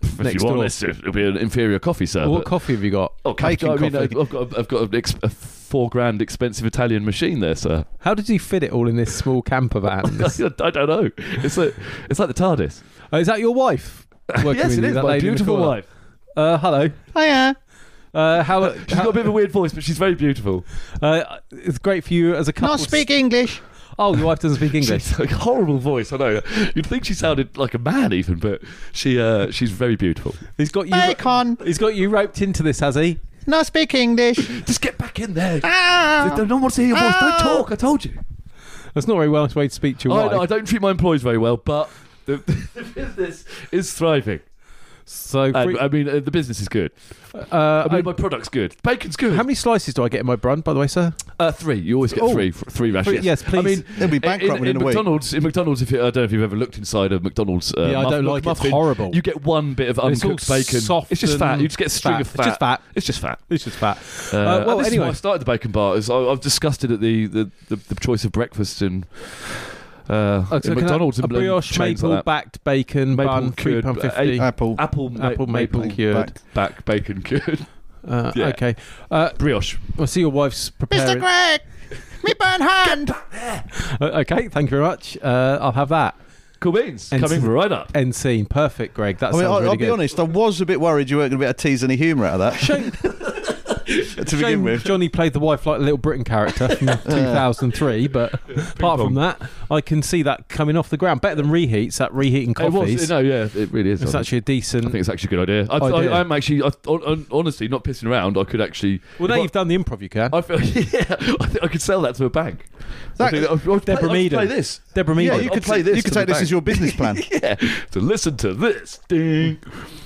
if
next
you
door.
want. It's, it'll be an inferior coffee, sir.
what
Uh, but-
coffee have you got?
oh, I've
Bacon
got- I mean,
coffee.
I've got, I've got an ex- a four grand expensive Italian machine there, sir.
How did he fit it all in this small camper van?
I don't know. It's like it's like the TARDIS.
Oh, is that your wife? working
yes,
with
it
you,
is
that
my
lady in the
beautiful
corner?
wife.
Uh, hello.
Oh,
Hiya.
Uh, how,
She's got a bit of a weird voice, but she's very beautiful.
uh, it's great for you as a couple.
Not speak English.
Oh, your wife doesn't speak English.
She's like a horrible voice. I know. You'd think she sounded like a man, even, but she uh, she's very beautiful.
he's got you.
Bacon.
He's got you roped into this, has he?
Not speak English.
Just get back in there.
Ah.
No one wants to hear your voice. Don't talk. I told you.
That's not a very Welsh way to speak to your
I,
wife.
I don't treat my employees very well, but the, the business is thriving.
So,
And,
free-
I mean, uh, the business is good.
uh,
I mean, my product's good. Bacon's good.
how many slices do I get in my bun, by the way, sir?
Uh, three. You always get
Oh.
three. f- Three
Three-
rashes.
yes,
I
please.
mean,
It'll be bankrupt
in,
within
in
a week.
McDonald's, in McDonald's, if you, I don't know if you've ever looked inside a McDonald's. Uh,
Yeah, I
muff-
don't like it. It's
McMuffin,
horrible.
You get one bit of
it's all
uncooked bacon.
soft
it's just fat.
and
You just get a string
fat.
of
It's just fat.
It's just fat.
It's just fat.
Uh,
Uh, well,
and this is why
anyway,
I started the bacon bar. Is I, I've disgusted at the, the, the, the choice of breakfast and uh,
Oh, so
in
can I-
McDonald's
a
and bloody
brioche
chains
maple
like that.
backed bacon
Maple
bun, three
cured,
pound
uh,
fifty.
Apple.
apple ma-
Apple maple,
maple
cured.
back.
back bacon cured
Uh,
Yeah.
Okay. Uh,
brioche.
I see your wife's
Mr.
preparing.
Greg. Me burn hand.
Uh, okay, thank you very much. Uh, I'll have that.
Cool beans
And
coming
some-
right up.
End scene. Perfect, Greg. That
I mean,
sounds
I'll,
really
I'll
good.
be honest. I was a bit worried you weren't going to be able to tease any humour out of that
Shame,
to
shame
begin with.
Johnny played the wife like a Little Britain character from 2003, but apart from that, I can see that coming off the ground. Better than reheats, that reheating
It
coffees.
was, no, yeah, it really is.
it's
I
actually a
think- I think
decent.
it's actually a good idea. I,
Idea.
I, am actually, I, hon- hon- honestly, not pissing around. I could actually.
Well, now
if I-
you've done the improv, you can.
I feel, yeah, I think I could sell that to a bank. I
That-
think I'll, I'll
Deborah
play, I'll
Meaden.
play this.
Deborah
Yeah,
Meaden.
you
I'll
could
play
take-
this
You could
to
take
the
this as
bank.
your business plan.
Yeah, to listen to this. Ding.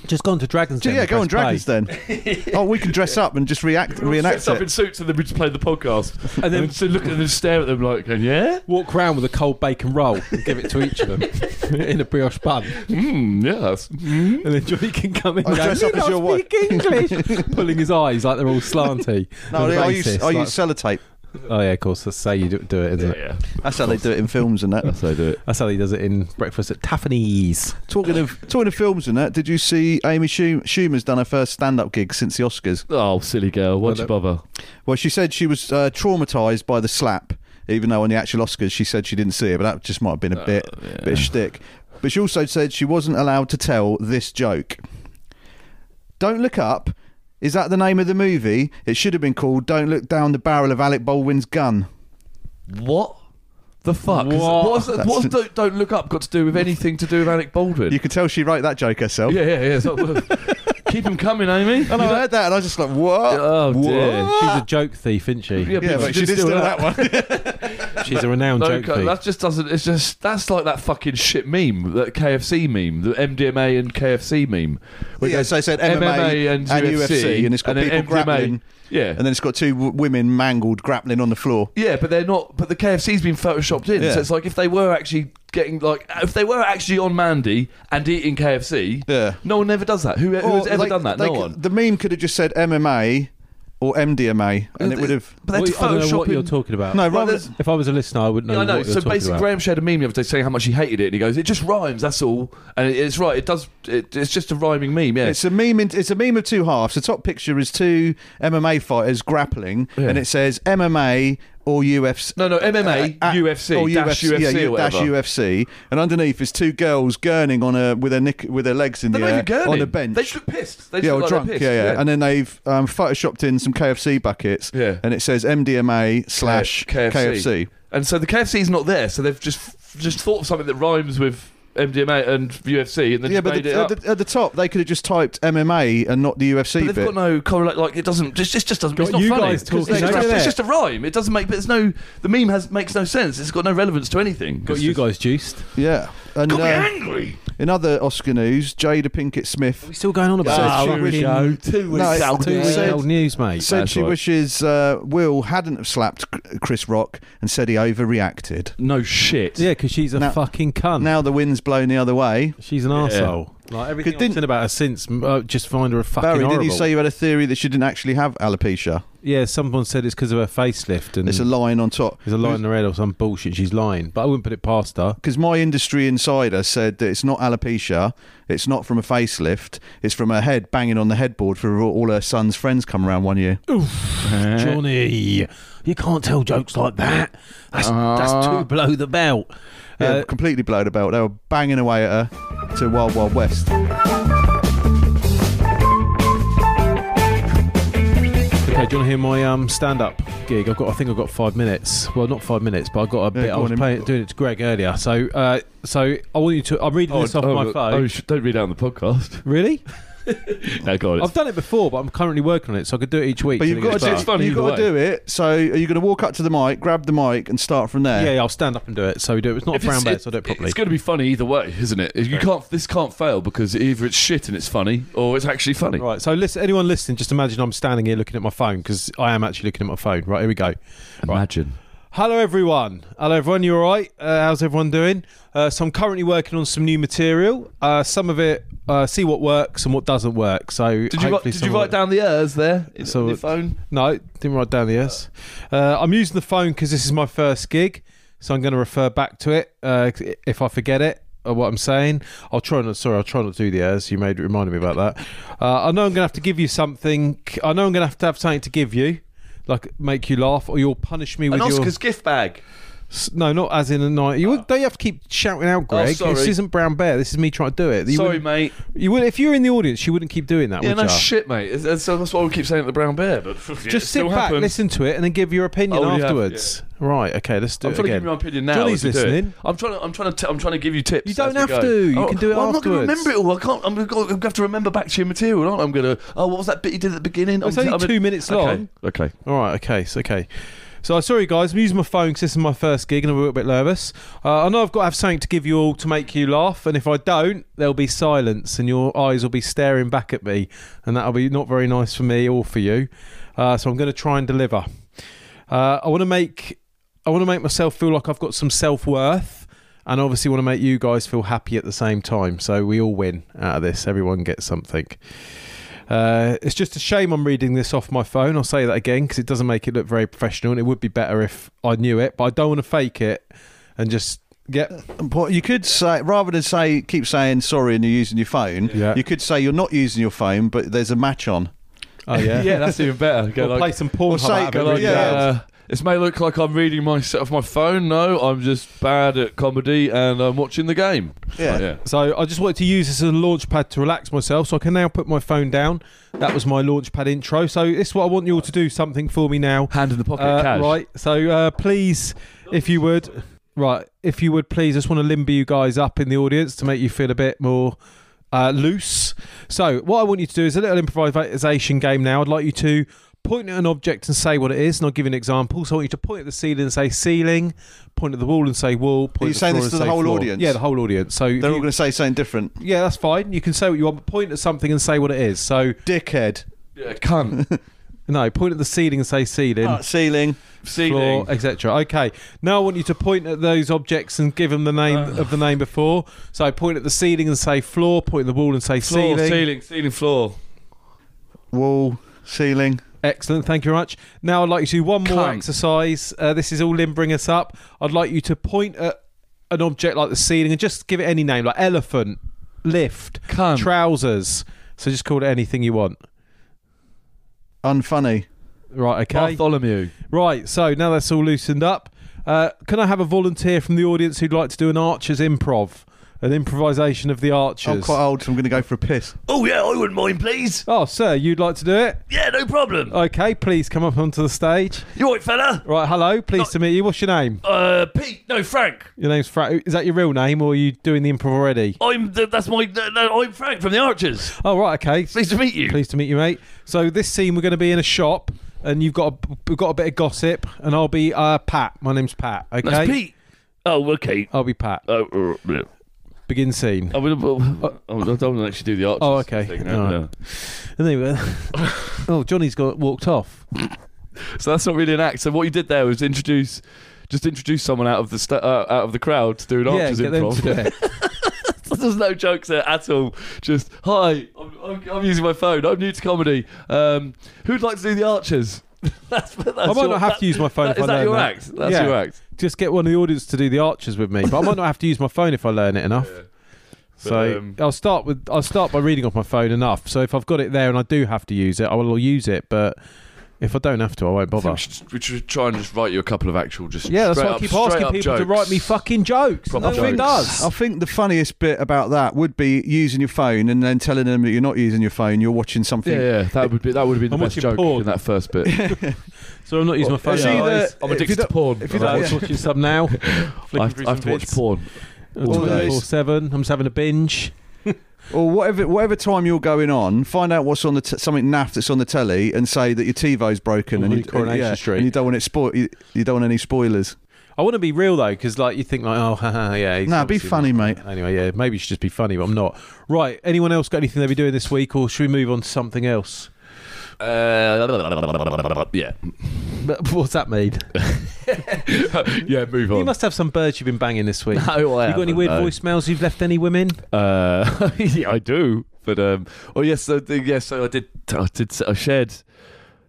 Just gone to Dragon's
So,
Den
yeah,
and
go on
press play.
Dragons then. oh, we can dress up and just react, reenact
Dress up in
it.
suits and then we just play the podcast.
And
And
then-
then so look at them and stare at them like, going, yeah?
Walk round with a cold bacon roll and give it to each of them in a brioche bun.
Mm, yes.
And then Johnny can come in
I'll
and go,
dress
"You
up as
don't
your wife."
speak English. Pulling his eyes like they're all slanty.
No,
And
I use,
racist,
I
like-
use sellotape.
Oh, yeah, of course. That's how you do, do it, isn't
Yeah,
it?
yeah.
That's how they do it in films and that.
That's how I do it.
That's how he does it in Breakfast at Taffany's.
Talking of talking of films and that, did you see Amy Schum- Schumer's done her first stand-up gig since the Oscars?
Oh, silly girl. Why'd you bother?
Well, she said she was uh, traumatized by the slap, even though on the actual Oscars she said she didn't see it, but that just might have been a bit
Oh,
bit of shtick. But she also said she wasn't allowed to tell this joke. Don't look up. Is that the name of the movie? It should have been called "Don't Look Down the Barrel of Alec Baldwin's Gun."
What the fuck? Is-
What?
What's, that, what's don't, don't Look Up got to do with anything to do with Alec Baldwin?
You could tell she wrote that joke herself.
yeah, yeah, yeah. it's not- Keep him coming, Amy.
And I heard that, and I was just like, "What?"
Oh, dear.
She's a joke thief, isn't she?
yeah, but she did steal that one.
She's a renowned
No,
joke
co-
thief.
that just doesn't. It's just that's like that fucking shit meme, that KFC meme, the MDMA and KFC meme. Where it
Yeah,
goes
so it said MMA
and,
and
UFC,
UFC, and it's got
then
people grappling.
Yeah,
and then it's got two w- women mangled grappling on the floor.
yeah, but they're not. But the KFC's been photoshopped in,
Yeah.
so it's like if they were actually getting like if they were actually on Mandy and eating KFC,
Yeah.
no one ever does that. Who, who has
Or
ever
they-
done that?
they
No
c-
one.
The meme could have just said MMA or MDMA, and it would have.
But they had to
I don't know
Photoshop
what you're
in-
talking about.
No,
Well,
rather.
there's-
If I was a listener, I wouldn't know.
Yeah, I know.
What you're
So
talking
basically,
about.
Graham shared a meme the other day saying how much he hated it, and he goes, "It just rhymes. That's all." And it, it's right. It does. It, it's just a rhyming meme. Yeah.
It's a meme. In, it's a meme of two halves. The top picture is two MMA fighters grappling, and it says MMA or UFC.
no, no. MMA,
at-
UFC, dash UFC,
yeah,
or
dash
whatever.
UFC, and underneath is two girls gurning on a with their nick with their legs in
They're
the
not
air
even gurning.
on a bench.
They just look pissed. They just
yeah,
look
or
like
drunk.
They're pissed.
yeah, yeah, And then they've um, photoshopped in some KFC buckets.
Yeah.
And it says MDMA slash
K-
KFC.
And so the KFC's not there. So they've just just thought of something that rhymes with MDMA and UFC, and then
Yeah,
just
but
made
the,
it
at,
up.
the, at the top they could have just typed MMA and not the UFC
but they've
bit.
got no correlate. Like it doesn't. It just, just doesn't.
Got
it's not
you
funny.
guys talking
it's, just,
over
it's
there.
just a rhyme. It doesn't make. But it's no. The meme has makes no sense. It's got no relevance to anything.
got
It's
you
just-
guys juiced.
yeah. And
Got me
uh,
angry.
in other Oscar news, Jada Pinkett Smith
we still going on
Says
about
she
it?
wishes-
Fucking
Two
No, it's
out
two
there.
Two
said-
year old news, mate.
said
That's
she
right.
wishes uh, Will hadn't have slapped C- Chris Rock and said he overreacted.
No shit.
Yeah, because she's a
Now-
fucking cunt.
Now the wind's blown the other way.
she's an arsehole. Like everything I've
didn't-
said about her since, m- uh, just find her a fucking
Barry,
horrible.
did you say you had a theory that she didn't actually have alopecia?
yeah, someone said it's because of her facelift and
It's a line on top.
there's a line in the red or some bullshit. She's lying, but I wouldn't put it past her.
Because my industry insider said that it's not alopecia, it's not from a facelift, it's from her head banging on the headboard for all- all her son's friends come around one year.
Johnny, you can't tell jokes like that. That's that's too below the belt.
Yeah,
Uh,
completely blown about. They were banging away at her to Wild Wild West.
Okay, do you want to hear my um, stand-up gig? I've got, I think I've got five minutes. Well, not five minutes, but I got a bit. I
go
was
on,
playing, doing it to Greg earlier, so uh, so I want you to. I'm reading this off my phone.
oh, sh- don't read out on the podcast.
really?
no, God,
I've
it's,
done it before, but I'm currently working on it, so I could do it each week.
But
till
you've
it
got
gets
to
It's
do,
better.
funny
you've
either
got to
way.
do it. So are you going to walk up to the mic, grab the mic, and start from there?
Yeah, yeah, I'll stand up and do it. So we do it. It's not
if
a brown
it's-
bear,
it-
so I do it properly.
It's going to be funny either way, isn't it? You can't. This can't fail because either it's shit and it's funny, or it's actually funny.
Right, so listen, anyone listening, just imagine I'm standing here looking at my phone because I am actually looking at my phone. Right, here we go.
Imagine.
Hello, everyone. Hello, everyone. You all right? Uh, how's everyone doing? Uh, so, I'm currently working on some new material. Uh, some of it, uh, see what works and what doesn't work. So,
Did you, write, did you write down the errors there in,
So-
on your phone?
No, didn't write down the yes. Uh, I'm using the phone because this is my first gig, so I'm going to refer back to it uh, if I forget it or what I'm saying. I'll try not. Sorry, I'll try not to do the yes. You made reminded me about that. Uh, I know I'm going to have to give you something. I know I'm going to have to have something to give you, like make you laugh, or you'll punish me
An
with your.
Oscar's gift bag.
S- No, not as in a night. You wouldn't- don't you have to keep shouting out, Greg.
Oh. sorry.
This isn't Brown Bear. This is me trying to do it. You
Sorry,
wouldn't-
mate.
You would if you were in the audience, you wouldn't keep doing that.
Yeah,
would
no
you?
shit, mate. It's- it's- that's why we keep saying at the brown bear. But
Just sit back, listen to it, and then give your opinion
Oh, yeah,
afterwards. Right? Okay, let's do
I'm
it
trying
again.
to give you my opinion now.
Johnny's
as we do it.
listening.
I'm trying. To, I'm trying to. T- I'm trying to give you tips.
You don't
as we
have
go.
to. You can do it
well,
afterwards.
I'm not going to remember it all. I can't. I'm going to have to remember back to your material, aren't I? I'm going to. Oh, what was that bit you did at the beginning?
It's
I'm-
only
I'm
two minutes
okay.
long.
Okay.
All right. Okay. So okay. So uh, sorry guys, I'm using my phone because this is my first gig and I'm a little bit nervous. Uh, I know I've got to have something to give you all to make you laugh, and if I don't, there'll be silence and your eyes will be staring back at me, and that'll be not very nice for me or for you. Uh, so I'm going to try and deliver. Uh, I want to make I want to make myself feel like I've got some self worth, and obviously want to make you guys feel happy at the same time. So we all win out of this. Everyone gets something. Uh, it's just a shame I'm reading this off my phone. I'll say that again because it doesn't make it look very professional, and it would be better if I knew it. But I don't want to fake it and just get.
But Um, you could say rather than say keep saying sorry and you're using your phone,
Yeah.
you could say you're not using your phone, but there's a match on.
Oh yeah,
that's even better. Go
Or play some porn.
say- go like, yeah.
Uh, this may look like I'm reading myself my phone. No, I'm just bad at comedy and I'm watching the game.
Yeah.
Right, yeah.
So I just wanted to use this as a launch pad to relax myself. So I can now put my phone down. That was my launch pad intro. So this is what I want you all to do something for me now.
Hand in the pocket,
Uh,
cash.
Right. So uh, please, if you would, right, if you would please, I just want to limber you guys up in the audience to make you feel a bit more. Uh, loose. So, what I want you to do is a little improvisation game now. I'd like you to point at an object and say what it is, and I'll give you an example. So, I want you to point at the ceiling and say ceiling, point at the wall and say wall, point
you
at the
saying
floor
this
and
to the
say
whole
floor.
audience?
Yeah, the whole audience. So, if
They're all
you-
going to say something different.
yeah, that's fine. You can say what you want, but point at something and say what it is. So,
Dickhead.
Yeah, cunt.
no, point at the ceiling and say ceiling,
Art ceiling.
Ceiling.
floor, etc. Okay. Now I want you to point at those objects and give them the name of the name before. So point at the ceiling and say floor, point at the wall and say
Floor,
ceiling.
ceiling, ceiling, floor.
Wall. Ceiling.
Excellent, thank you very much. Now I'd like you to do one more
Cunt.
exercise. Uh, this is all limbering us up. I'd like you to point at an object like the ceiling and just give it any name, like elephant, lift,
Cunt.
trousers. So just call it anything you want.
Unfunny.
Right, okay.
Bartholomew.
Right, so now that's all loosened up. Uh, can I have a volunteer from the audience who'd like to do an Archer's improv? An improvisation of the
I'm
Archers.
Oh, quite old, so I'm going to go for a piss.
Oh, yeah, I wouldn't mind, please. Uh,
Oh, sir, you'd like to do it?
Yeah, no problem.
Okay, please come up onto the stage.
You all right, fella?
Right, hello, pleased to meet you. What's your name?
Uh, Pete, no, Frank.
Your name's Frank. Is that your real name, or are you doing the improv already?
I'm, th- that's my, th- no, I'm Frank from the Archers.
Oh, right, okay.
Pleased to meet you.
Pleased to meet you, mate. So this scene, we're going to be in a shop, and you've got a, we've got a bit of gossip, and I'll be uh, Pat. My name's Pat. Okay,
That's Pete. Oh, okay.
I'll be Pat.
Uh, uh, yeah.
Begin scene.
I, would, I don't want to actually do the arches.
Uh, Oh, okay.
thing,
All
no,
right.
no.
And then we oh, Johnny's got walked off.
So that's not really an act. So what you did there was introduce, just introduce someone out of the sta uh, out of the crowd to do an
yeah,
archers
get them
improv.
to do it.
There's no jokes there at all. Just hi, I'm, I'm, I'm using my phone. I'm new to comedy. Um, who'd like to do the archers? that's, that's
I might not have to use my phone
That,
if
is
I
that
learn
your
that.
act? That's
Yeah.
your act.
Just get one of the audience to do the archers with me, but I might not have to use my phone if I learn it enough. So
um,
I'll start with I'll start by reading off my phone enough. So if I've got it there and I do have to use it, I will use it. But if I don't have to, I won't
I think
bother.
we, should, we should try and just write you a couple of actual just.
Yeah, that's
straight
why I
up-
keep
straight
asking
up
people to
jokes.
write me fucking jokes.
Proper
No one
jokes.
does.
I think the funniest bit about that would be using your phone and then telling them that you're not using your phone, you're watching something.
Yeah, yeah, that would be that would have been
I'm
the best
watching
joke
porn.
in that first bit.
So I'm not using my phone.
It's either-
guys.
I'm
if you
addicted to
don't-
porn.
if you
So
don't-
I'm
yeah.
just watching some now.
I
Flicking
have
through some
I have to watch
bits.
porn.
all day.
24/7. I'm just having a binge.
Or whatever whatever time you're going on, find out what's on the t- something naff that's on the telly and say that your TiVo's broken
Or
and, you,
really Coronation
yeah,
Street.
and you don't want it spoil you, you don't want any spoilers.
I want to be real though, because like you think like, oh, haha, yeah. he's
Nah, be
obviously
funny,
not-
mate.
Anyway, yeah, maybe you should just be funny, but I'm not. Right. Anyone else got anything they'll be doing this week, or should we move on to something else?
Uh, yeah,
But what's that mean?
yeah, move on.
You must have some birds you've been banging this week.
No, I
you got any
haven't,
weird
no.
voicemails you've left any women?
Uh, yeah, I do. But um, oh yes, so the, yes, so I did. I did. I shared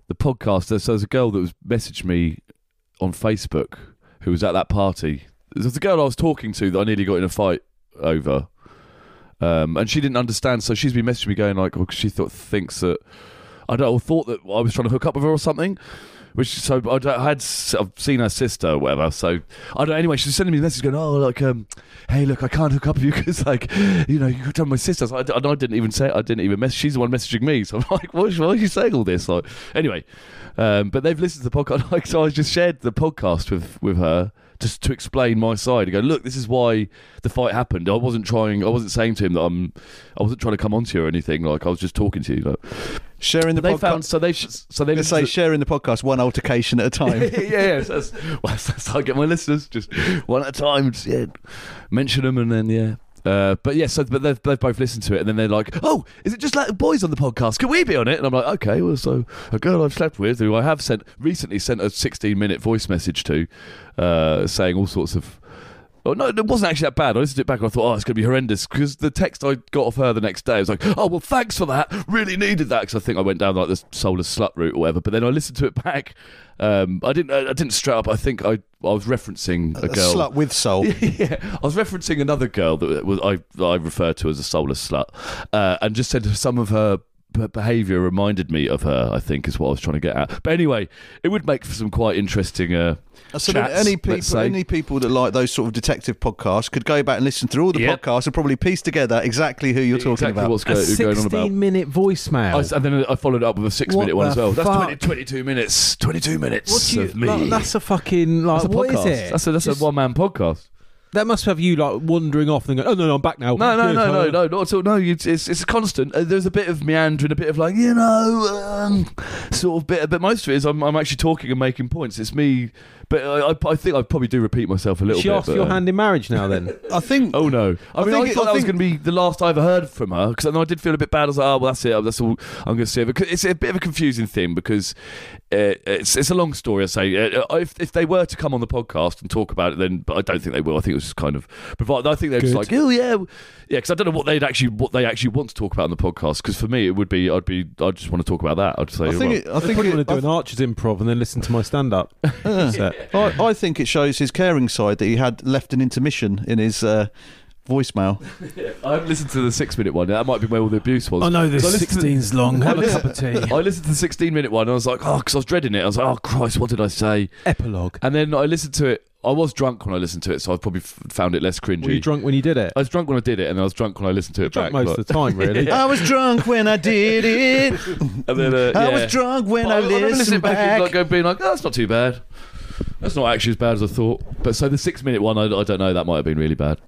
the podcast. So there's a girl that was messaged me on Facebook who was at that party. There's a girl I was talking to that I nearly got in a fight over, um, and she didn't understand. So she's been messaging me going like, well, she thought thinks that I don't know, thought that I was trying to hook up with her or something. Which so I, don't- I had s- I've seen her sister or whatever. So I don't. Anyway, she's sending me a message going, "Oh, like, um, hey, look, I can't hook up with you because, like, you know, you hooked up with my sister." So I, d- and I didn't even say. it. I didn't even mess. She's the one messaging me. So I'm like, "Why, why are you saying all this?" Like, anyway, um, but they've listened to the podcast. Like, so I just shared the podcast with with her just to explain my side. I go, "Look, this is why the fight happened. I wasn't trying. I wasn't saying to him that I'm. I wasn't trying to come onto you or anything. Like, I was just talking to you." Like,
Sharing the
they
podcast.
found so they so they
They say sharing the podcast one altercation at a time.
yeah, yeah, so that's, well, that's, that's how I get my listeners, just one at a time. Just, yeah, mention them and then yeah. Uh, but yeah, so but they've, they've both listened to it and then they're like, "Oh, is it just like boys on the podcast? Can we be on it?" And I'm like, "Okay, well, so a girl I've slept with who I have sent recently sent a 16 minute voice message to, uh, saying all sorts of." Oh, no, it wasn't actually that bad. I listened to it back and I thought, oh, it's going to be horrendous because the text I got off her the next day was like, oh, well, thanks for that. Really needed that because I think I went down like the soulless slut route or whatever. But then I listened to it back. Um, I didn't. I didn't straight up. I think I I was referencing a
A
girl.
slut with soul.
yeah, I was referencing another girl that was I that I referred to as a soulless slut, uh, and just said some of her behavior reminded me of her. I think is what I was trying to get at. But anyway, it would make for some quite interesting. Uh,
So
chats,
any
let's
people,
say.
any people that like those sort of detective podcasts could go back and listen through all the
Yep.
podcasts and probably piece together exactly who you're talking
exactly
about.
what's
A
go- going on about. Oh,
16 minute voicemail.
I s- and then I followed it up with a six
What
minute one as
the
well. That's
fuck?
20, 22 minutes. 22 minutes
What do you-
of me.
like, that's a fucking like
That's a
what is
podcast.
it?
That's a, that's
Just-
a one man podcast.
that must have you like wandering off and going, oh no, no, I'm back now.
No, no,
Yeah,
no,
fine.
no, no, not at all. No, you, it's it's constant. Uh, there's a bit of meandering, a bit of like you know, um, sort of bit. But most of it is I'm, I'm actually talking and making points. It's me, but I, I, I think I probably do repeat myself a little
She
bit.
asked for
but,
your
um,
hand in marriage now then.
I think.
Oh no! I,
I
mean,
think
I
it-
thought
I
that was
think-
going to be the last I ever heard from her because I did feel a bit bad. I was like, oh well, that's it. That's all I'm going to say. Because it's a bit of a confusing thing because uh, it's it's a long story. I say Uh, if if they were to come on the podcast and talk about it, then but I don't think they will. I think it was kind of. But I think they're just like, oh yeah, yeah, because I don't know what they'd actually what they actually want to talk about in the podcast. Because for me, it would be I'd be I just want to talk about that. I'd say
I
well,
think it, I
I
think
probably
it-
want to do an Archer's improv and then listen to my stand up.
I, I think it shows his caring side that he had left an intermission in his uh, voicemail.
I haven't listened to the six minute one. That might be where all the abuse
Oh,
was. So I listened to the-
long.
Have a cup
of tea.
I listened to the 16 minute one and I was like, oh, because I was dreading it. I was like, oh, Christ, what did I say?
Epilogue.
And then I listened to it. I was drunk when I listened to it, so I probably f- found it less cringy.
Were you drunk when you did it?
I was drunk when I did it, and I was drunk when I listened to it
Drunk
back.
most of the time, really.
I was drunk when I did it.
And then, uh,
I
yeah.
was drunk when
But
I,
remember
listened
listening
back.
and, like, going- being like, oh, that's not too bad. That's not actually as bad as I thought. But so the six minute one, I, I don't know, that might have been really bad.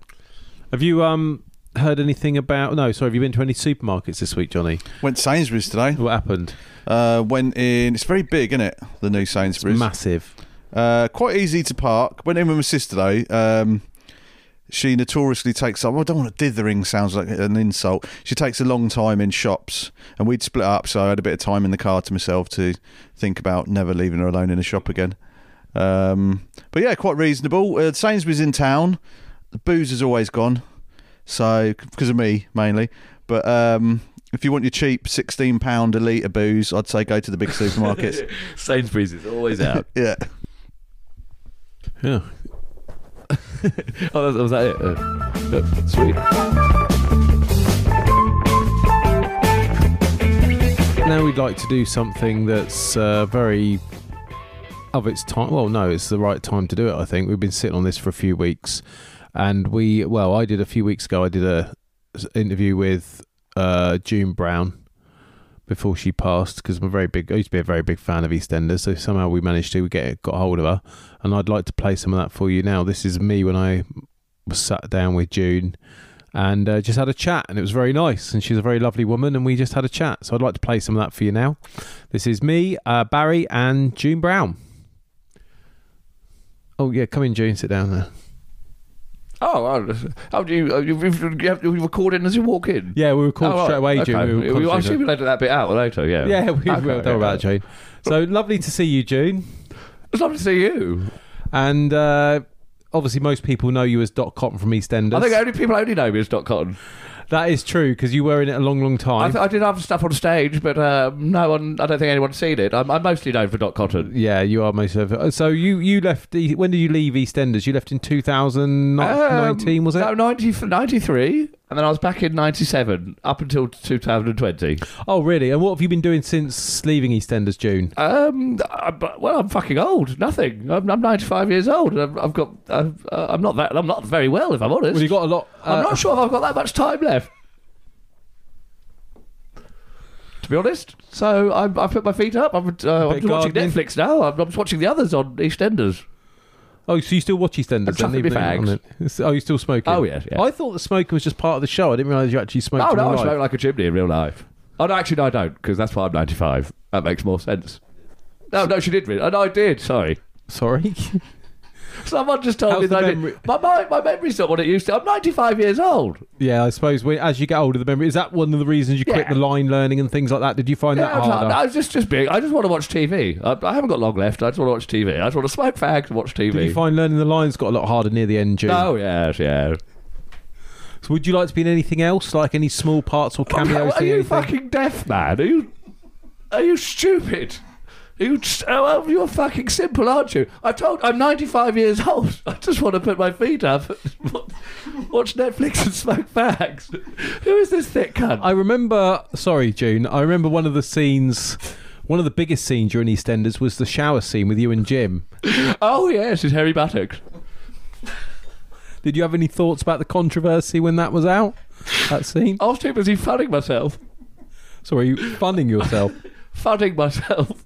Have you um heard anything about? No, sorry. Have you been to any supermarkets this week, Johnny?
Went to Sainsbury's today.
What happened?
Uh, went in. It's very big, isn't it? The new Sainsbury's.
Massive.
Uh, quite easy to park. Went in with my sister though. Um, she notoriously takes up. "Oh, I don't want to dithering sounds like an insult. She takes a long time in shops, and we'd split up, so I had a bit of time in the car to myself to think about never leaving her alone in a shop again. Um, but yeah, quite reasonable. Uh, Sainsbury's in town. The booze is always gone, so because of me mainly. But um, if you want your cheap sixteen pound a litre booze, I'd say go to the big supermarkets.
Sainsbury's is always out.
yeah.
Yeah.
oh, that, was that it? Uh, yeah, sweet.
Now we'd like to do something that's uh, very of its time. Well, no, it's the right time to do it. I think we've been sitting on this for a few weeks, and we well, I did a few weeks ago. I did a s- interview with uh, June Brown before she passed because I'm a very big. I used to be a very big fan of EastEnders, so somehow we managed to get got hold of her, and I'd like to play some of that for you now. This is me when I was sat down with June and uh, just had a chat, and it was very nice. And she's a very lovely woman, and we just had a chat. So I'd like to play some of that for you now. This is me, uh, Barry, and June Brown. Oh yeah, come in, June. Sit down there.
Oh, I- how do you, uh, you, you, you, have, you record it as you walk in?
Yeah, we were called
Oh, right.
straight away,
okay.
June. We were
I
concentrating-
assume we edit that bit out later, yeah.
yeah, we
Okay,
will. Don't worry about it,
okay.
June. So lovely to see you, June.
It's lovely to see you.
And uh, obviously, most people know you as Dot Cotton from EastEnders.
I think only people only know me as Dot Cotton.
that is true because you were in it a long, long
I,
time.
th- I did other stuff on stage, but um, no one. I don't think anyone's seen it. I'm, I'm mostly known for Dot Cotton.
yeah, you are most of. Uh, So you you left. E- When did you leave EastEnders? You left in 2019,
Um,
was it?
No, 90, 93, and then I was back in 97 up until 2020.
Oh, really? And what have you been doing since leaving EastEnders June?
Um, I, but- well, I'm fucking old. Nothing. I'm, I'm 95 years old. and I've, I've got. I've, uh, I'm not that. I'm not very well, if I'm honest.
Well, you got a lot. Uh,
I'm not sure if I've got that much time left. To be honest, so I, I put my feet up. I'm, uh, I'm just watching
gardening.
Netflix now. I'm, I'm just watching the others on EastEnders.
Oh, so you still watch EastEnders?
I'm chucking
then, even
my
though you're not on it? Oh, you're still smoking?
Oh, yeah, yeah.
I thought that smoking was just part of the show. I didn't realise you actually smoked.
Oh
in
no,
real
I
life.
smoke like a chimney in real life. Oh no, actually, no, I don't, because that's why I'm 95. That makes more sense. No, no, she did. Really. Oh, no, I did. Sorry.
Sorry.
Someone just told
How's
me
the
that. I did-
memory?
My, my, my memory's not what it used to. I'm 95 years old.
yeah, I suppose when, as you get older, the memory is that one of the reasons you quit
Yeah.
the line learning and things like that. Did you find
Yeah,
that
I was
harder?
like, no, it's just, just being. I just want to watch TV. I, I haven't got long left. I just want to watch TV. I just want to smoke fags and watch TV.
Did you find learning the lines got a lot harder near the end, June?
Oh yes, yeah.
So would you like to be in anything else, like any small parts or cameos?
Are
in
you
anything?
fucking deaf, man? Are you? Are you stupid? Are you, oh, you're fucking simple, aren't you? I told. I'm 95 years old. I just want to put my feet up, and wa- watch Netflix, and smoke fags. Who is this thick cunt?
I remember, sorry, June. I remember one of the scenes, one of the biggest scenes during EastEnders was the shower scene with you and Jim.
oh yes, it's Harry Buttock.
Did you have any thoughts about the controversy when that was out? That scene?
I was too busy funning myself.
Sorry, you funning yourself.
Funning myself.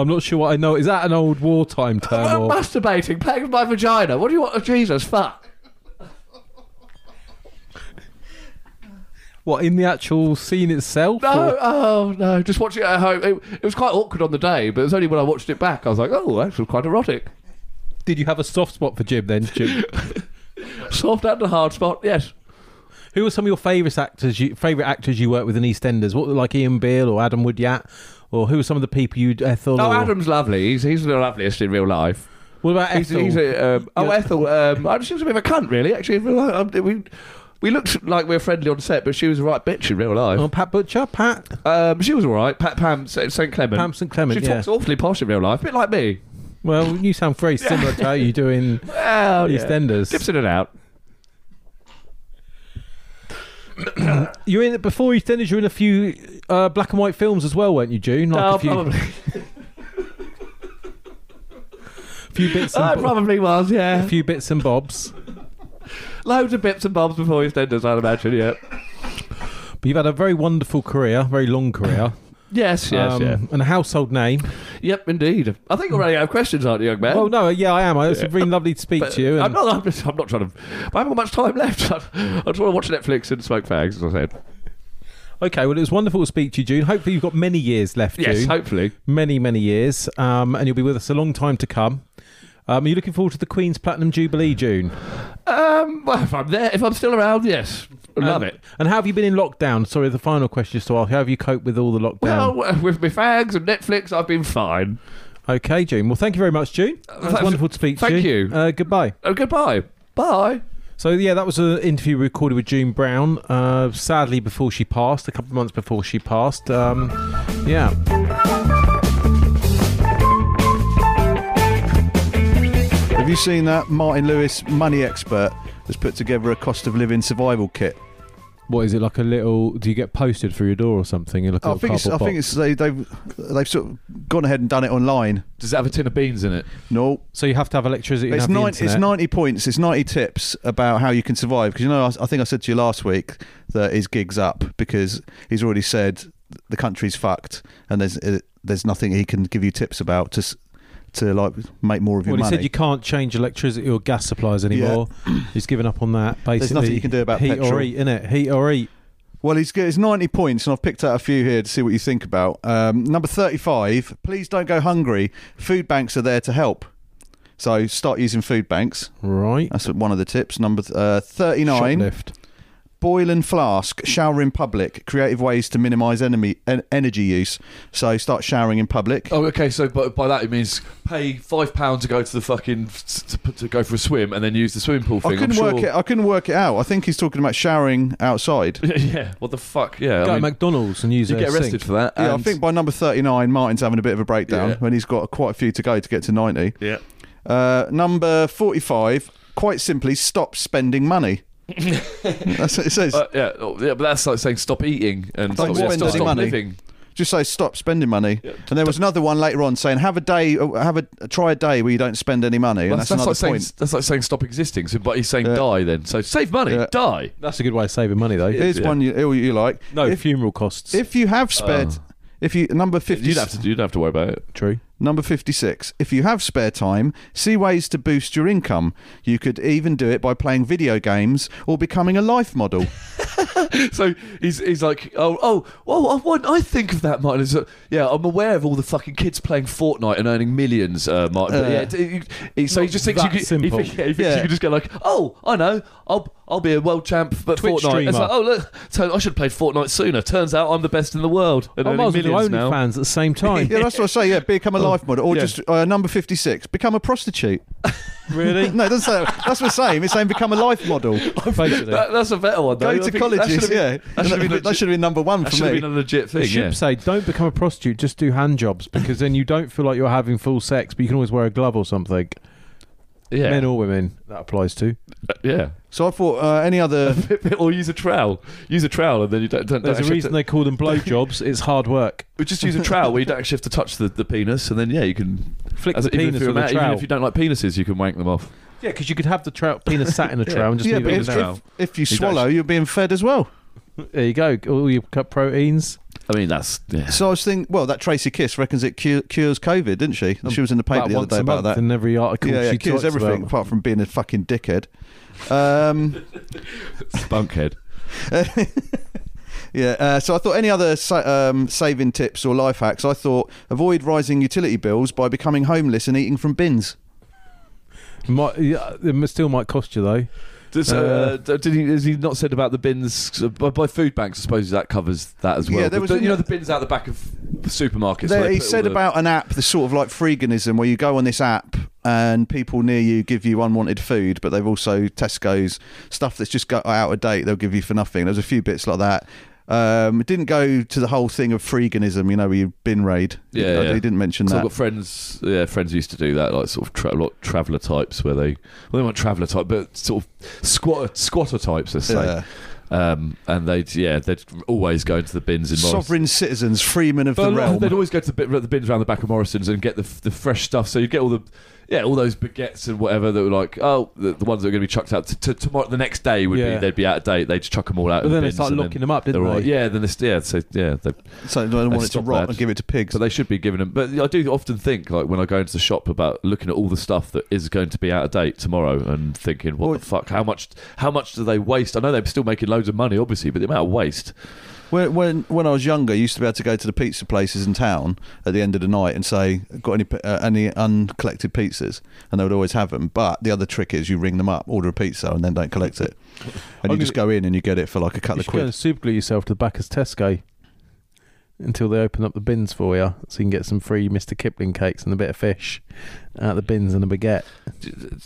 I'm not sure what I know. Is that an old wartime term? Or...
masturbating, playing with my vagina. What do you want? Oh, Jesus, fuck.
What, in the actual scene itself?
No,
or-
oh no, just watching it at home. It, it was quite awkward on the day, but it was only when I watched it back I was like, oh, that's quite erotic.
Did you have a soft spot for Jim then, Jim?
Soft and a hard spot, yes.
Who were some of your favourite actors you, favourite actors you worked with in EastEnders? What, like Ian Beale or Adam Woodyat? Or who were some of the people you uh, thought?
No,
or-
Adam's lovely. He's, he's the loveliest in real life.
What about
He's,
Ethel?
he's a, um, oh, Ethel. Um, I- she was a bit of a cunt, really. Actually, Um, we we looked like we were friendly on set, but she was a right bitch in real life.
oh, Pat Butcher, Pat
Um, she was all right. Pat Pam St. Clement.
Oh. Pam St. Clement,
She
yeah.
talks awfully posh in real life, a bit like me.
Well, you sound very similar to how you do in
Well, yeah.
EastEnders.
Dips in and out.
You're in before EastEnders. You're in a few uh, black and white films as well, weren't you, June? Like a
Oh,
few,
probably.
few bits,
I
and bo-
probably was, yeah.
few bits and bobs.
Loads of bips and bobs before EastEnders, I'd imagine, yeah.
But you've had a very wonderful career, very long career,
Yes, yes,
um,
yeah.
and a household name.
Yep, indeed. I think we're running out of questions, aren't you, young man?
Oh no, yeah, I am. It's really lovely to speak
But
to you. and-
I'm not. I'm, just, I'm not trying to. I haven't got much time left. I, I just want to watch Netflix and smoke fags, as I said.
Okay, well, it was wonderful to speak to you, June. Hopefully, you've got many years left,
Yes,
June.
hopefully.
many, many years, um, and you'll be with us a long time to come. Um, are you looking forward to the Queen's Platinum Jubilee, June?
Um, well, if I'm there, if I'm still around, yes,
Um,
love
And-
it.
And how have you been in lockdown? Sorry, the final question is to ask. How have you coped with all the lockdown?
Well, with my fags and Netflix, I've been fine.
okay, June. Well, thank you very much, June.
uh,
It was
thanks-
wonderful to speak to
thank
you.
you.
Uh, goodbye.
Oh, goodbye. Bye.
So, yeah, that was an interview recorded with June Brown, uh, sadly before she passed, a couple of months before she passed. Um, yeah.
Have you seen that Martin Lewis money expert has put together a cost of living survival kit?
What is it like a little? Do you get posted through your door or something? You look
Oh, I think it's, I think it's they, they've they've sort of gone ahead and done it online.
Does it have a tin of beans in it?
No,
so you have to have electricity. and
it's
have the
nine, it's
internet.
ninety points. It's ninety tips about how you can survive. Because you know, I, I think I said to you last week that his gig's up because he's already said the country's fucked and there's uh, there's nothing he can give you tips about to s- to like make more of your
Well, he
money.
said you can't change electricity or gas supplies anymore. He's given up on that. Basically,
nothing you can do about
heat or
petrol.
eat, innit? Heat or eat.
Well, he's got- it's 90 points, and I've picked out a few here to see what you think about. Um, number 35, please don't go hungry. Food banks are there to help. So start using food banks.
Right.
That's one of the tips. Number uh, 39,
Shoplift.
boil and flask, shower in public. Creative ways to minimize enemy en- energy use. So start showering in public.
Oh, okay. So by, by that it means pay five pounds to go to the fucking to, to go for a swim and then use the swimming pool
I
thing.
couldn't
I'm
work
sure-
it. I couldn't work it out. I think he's talking about showering outside.
yeah. What the fuck? Yeah. I
Go
mean,
to McDonald's and use
you
their
get arrested
sink.
for that.
Yeah, I
and-
think by number 39, Martin's having a bit of a breakdown
Yeah.
when he's got quite a few to go to get to 90.
Yeah.
Uh, number 45, quite simply, stop spending money. That's what it says.
Uh, yeah, oh, yeah, but that's like saying stop eating and
Don't
stop, yeah,
spend
stop,
any
stop
money.
living.
Just say stop spending money. And there was another one later on saying have a day, uh, have a try a day where you don't spend any money, and that's,
that's, like
another
saying,
point.
that's like saying stop existing. So, but he's saying die then. So save money,
Yeah.
die.
That's a good way of saving money, though.
Here's one you, all you like.
no
if,
funeral costs.
if you have spare, if you number 50,
Oh. You'd have to. You'd have to worry about it.
True.
Number 56. If you have spare time, see ways to boost your income. You could even do it by playing video games or becoming a life model.
So he's he's like, oh oh oh, I, want, I think of that, Martin. Is that, yeah, I'm aware of all the fucking kids playing Fortnite and earning millions, uh, Martin. But
Uh,
yeah, it- it- it- so he just thinks you
that
could, he
simple.
think- yeah, he thinks
Yeah.
you could just go like, oh, I know, I'll I'll be a world champ, but
Twitch
Fortnite. It's
streamer.
like, oh look, so I should have played Fortnite sooner. Turns out I'm the best in the world and
I might
earning
as well
millions
do
now.
OnlyFans at the same time.
yeah, that's what I say. Yeah, become a life model or
Oh, yeah.
just uh, number 56, become a prostitute.
Really?
No, it doesn't say, that's what it's saying. It's saying become a life model.
Basically.
That, that's a better one.
Go
though. Oh, I
to
think that
colleges,
should've been-
yeah.
that should have been,
that should have been number one
that
for
should have
me.
been a legit
I
thing.
should
yeah.
say, don't become a prostitute. Just do hand jobs because then you don't feel like you're having full sex, but you can always wear a glove or something.
yeah,
Men or women, that applies to.
yeah.
so I thought uh, any other.
or use a trowel. Use a trowel, and then you don't. don't
There's
don't
a
actually
reason
have
they call them blowjobs. it's hard work.
to, just use a trowel where you don't actually have to touch the, the penis, and then yeah, you can
Flick
as
the
it- even if
penis
you're
with a
a man- Even
trowel.
if you don't like penises, you can wank them off.
Yeah, because you could have the trout penis sat in a trowel and just
Yeah,
leave
but
it in
if,
the
down.
if, if you
does.
swallow, you're being fed as well.
There you go. All your cut proteins.
I mean, that's yeah.
So I was thinking, well, that Tracy Kiss reckons it cu- cures COVID, didn't she?
Um,
She was in the paper
Um, About
the other
once
day
a
about
month
that.
in every article
yeah, yeah,
she
cures
talks
everything
about.
apart from being a fucking dickhead. Um,
bunkhead.
yeah, uh, so I thought any other sa- um, saving tips or life hacks? I thought avoid rising utility bills by becoming homeless and eating from bins.
Might, yeah, it m- still might cost you though.
Does, uh, did he? Has he not said about the bins uh, by, by food banks? I suppose that covers that as well.
Yeah, there was-
But, you know the bins out the back of supermarkets. where
There,
they
he
put all
said
the-
about an app, the sort of like freeganism where you go on this app and people near you give you unwanted food, but they've also Tesco's stuff that's just got out of date. They'll give you for nothing. There's a few bits like that. Um, it didn't go to the whole thing of freeganism, you know, where you bin raid.
Yeah,
They
yeah.
didn't mention
So
that.
I've got friends, yeah, friends who used to do that, like sort of tra- like traveller types, where they, well, they weren't traveller type, but sort of squatter, squatter types, let's say. Um, and they'd, yeah, they'd always go into the bins in Morrison's.
Sovereign citizens, freemen of
But
the
uh, a lot-
realm.
They'd always go to the, bit, the bins around the back of Morrison's and get the, the fresh stuff. So you get all the, yeah, all those baguettes and whatever that were like, oh, the, the ones that were going to be chucked out to, to tomorrow. The next day would
Yeah.
be they'd be out of date. They'd just chuck them all out.
But
in
then they
the bins
started
and
locking them up, didn't
they're all-
they?
Yeah, then they, st- yeah, so yeah, they,
so they don't want it to
stop
rot
that.
and give it to pigs.
so they should be giving them. But I do often think, like when I go into the shop, about looking at all the stuff that is going to be out of date tomorrow and thinking, what
Well-
the fuck? How much? How much do they waste? I know they're still making loads of money, obviously, but the amount of waste.
When, when when I was younger, I used to be able to go to the pizza places in town at the end of the night and say, "Got any pi- uh, any uncollected pizzas?" And they would always have them. But the other trick is you ring them up, order a pizza, and then don't collect it. And you
I'm
just go in and you get it for like a
You
couple of
should go
quid.
and superglue yourself to the back of Tesco until they open up the bins for you, so you can get some free Mr. Kipling cakes and a bit of fish out of the bins and a baguette.
Do, do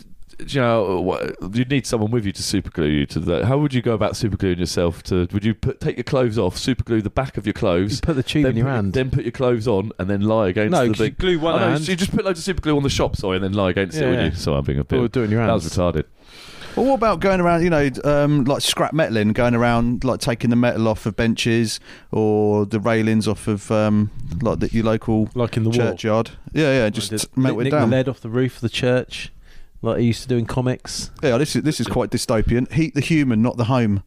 you know, uh, what- you'd need someone with you to superglue you to that. How would you go about supergluing yourself? To would you put, take your clothes off, superglue the back of your
You
clothes,
put the tube
then
in your
put-
hand.
then put your clothes on, and then lie against
no,
the
'cause you
big.
glue one
I know,
hand.
so you just put loads of superglue on the shop, sorry, and then lie against it,
Yeah,
wouldn't
yeah.
you? So I'm being a bit.
or do it in your
that was
hands.
retarded.
Well, what about going around? You know, um, like scrap metaling, going around like taking the metal off of benches or the railings off of um, like the, your local
like in the wall.
churchyard. Yeah, yeah, just
Like,
melt
nick
it down.
the lead off the roof of the church, like he used to do in comics.
Yeah, this is this is quite dystopian. Heat the human, not the home.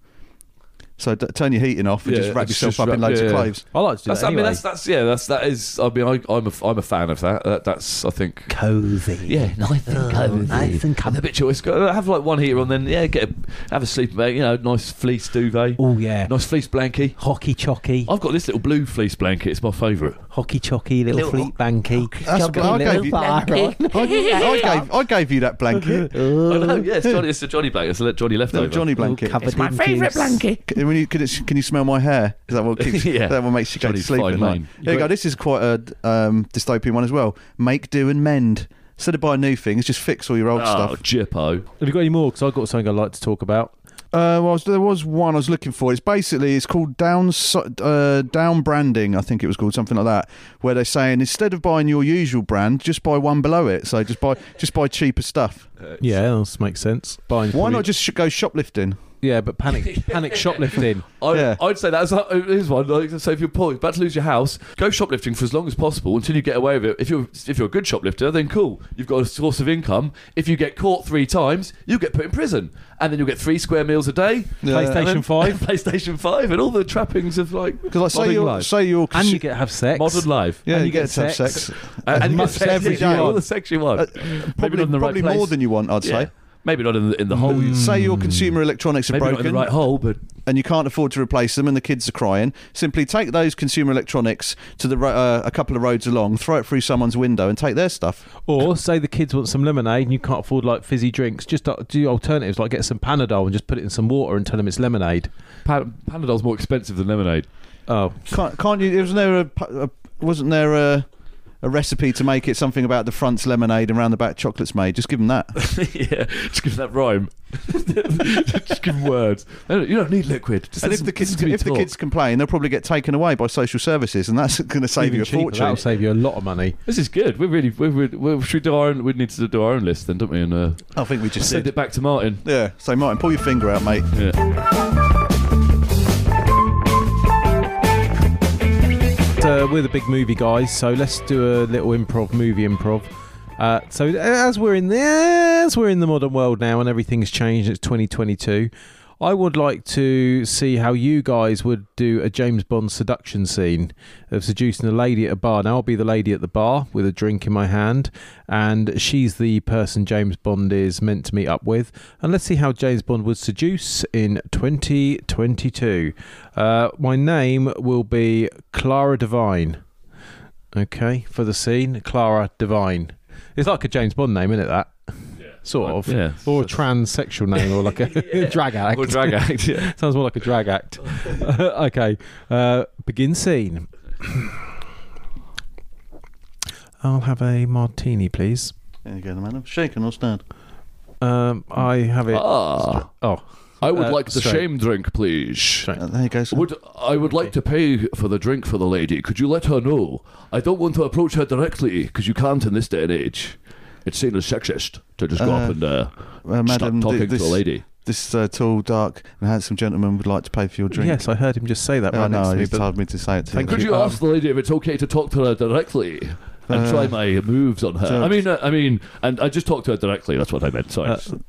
So d- turn your heating off and
Yeah,
just wrap
just-
yourself
just
up in
wrap-
loads
yeah,
of
yeah.
clothes.
I like to do
That's,
that
I mean,
anyway.
that's that's yeah, that's that is. I mean, I, I'm a I'm a fan of that. that that's I think.
cozy.
Yeah, nice and cozy. Nice and cozy. A bit choice. Have like one heater on, then yeah, get a, have a sleep bag. You know, nice fleece duvet,
Oh yeah.
nice fleece blankie.
Hockey chocky,
I've got this little blue fleece blanket. It's my favourite.
hockey chocky, little,
Little-
fleet banky.
That's good. I, gave you,
barking.
I, gave, I gave you that blanket,
I know. Yeah, it's, Johnny, it's the Johnny blanket. It's the Johnny leftover.
the Uh, Johnny blanket.
Covered my favourite blanket.
C- When you, can, it, can you smell my hair? Is that what keeps,
Yeah.
that what makes you go to
Johnny's
sleep
fine
at night?
line.
There you go.
Great.
This is quite a um, dystopian one as well. Make do and mend. Instead of buying new things, just fix all your old
Oh,
stuff.
Jippo.
Have you got any more? Because I've got something I'd like to talk about.
Uh, well, I was- there was one I was looking for. It's basically it's called down uh, down branding. I think it was called something like that, where they're saying instead of buying your usual brand, just buy one below it. So just buy just buy cheaper stuff.
Yeah, that makes sense. Buying
Why
probably-
not just sh- go shoplifting?
Yeah, but panic, panic shoplifting.
I,
Yeah.
I'd say that's uh, here's one. Like, so if you're poor, you're about to lose your house, go shoplifting for as long as possible until you get away with it. If you're if you're a good shoplifter, then cool, you've got a source of income. If you get caught three times, you get put in prison, and then you'll get three square meals a day,
PlayStation
and then-
Five.
PlayStation Five, and all the trappings of like
Because like say
modern
you're
life.
say you're
and you get to have sex.
modern life.
yeah
and
you,
you
get,
get
to have
sex.
sex.
Uh, and
as
you
much
get sex
every
you
day.
want, all the sex you want.
Uh,
Maybe
probably
not in the right
probably
place.
more than you want, I'd
Yeah.
say.
Maybe not in the, in the hole.
Say your consumer electronics are
Maybe not
broken
in the right hole, but
and you can't afford to replace them, and the kids are crying. Simply take those consumer electronics to the ro- uh, a couple of roads along, throw it through someone's window, and take their stuff.
Or say the kids want some lemonade and you can't afford like fizzy drinks. Just uh, do alternatives like get some Panadol and just put it in some water and tell them it's lemonade.
Pan- Panadol's more expensive than lemonade.
Oh,
Can't, can't you? Wasn't there a, pu- a wasn't there a, a recipe to make it something about the front's lemonade and round the back chocolate's made? Just give them that.
yeah, just give that rhyme. just give words. No, no, you don't need liquid. Just
and if
listen-
the kids
listen to me
if the
talk.
kids complain, they'll probably get taken away by social services, and that's going to save
even
you a
cheaper, That'll
fortune.
save you a lot of money.
this is good. We're really we're, we're, we're, should we do our own. We need to do our own list then, don't we? And uh,
I think we just
send
did.
it back to Martin.
Yeah. So Martin, pull your finger out, mate.
So uh, we're the big movie guys, so let's do a little improv, movie improv. Uh, so as we're in the as we're in the modern world now, and everything's changed. It's 2022. I would like to see how you guys would do a James Bond seduction scene of seducing a lady at a bar. Now I'll be the lady at the bar with a drink in my hand, and she's the person James Bond is meant to meet up with. And let's see how James Bond would seduce in 2022. Uh, my name will be Clara Devine. Okay, for the scene, Clara Devine. It's like a James Bond name, isn't it? That sort of,
Yeah.
or a transsexual name, or like a drag addict.
Or drag act. Yeah.
Sounds more like a drag act. okay, uh, begin scene. I'll have a martini, please.
There you go, the man. Shaken or stirred?
Um, I have it.
Ah,
oh,
I would
Uh,
like the
straight.
shame drink, please.
Straight.
Uh, there you go. Sir.
Would I would like to pay for the drink for the lady? Could you let her know? I don't want to approach her directly because you can't in this day and age. It's seen as sexist to just go
Uh,
up and uh,
Uh,
start
madam,
talking
thi- this,
to a lady.
This uh, tall, dark, and handsome gentleman would like to pay for your drink.
yes, I heard him just say that.
Oh,
right next
no,
to me,
he
but-
told me to say it to
Thank
Could you ask the lady if it's okay to talk to her directly and
Uh,
try my moves on her?
so-
I mean, uh, I mean, and I just talked to her directly. That's what I meant. Sorry.
Uh,
you.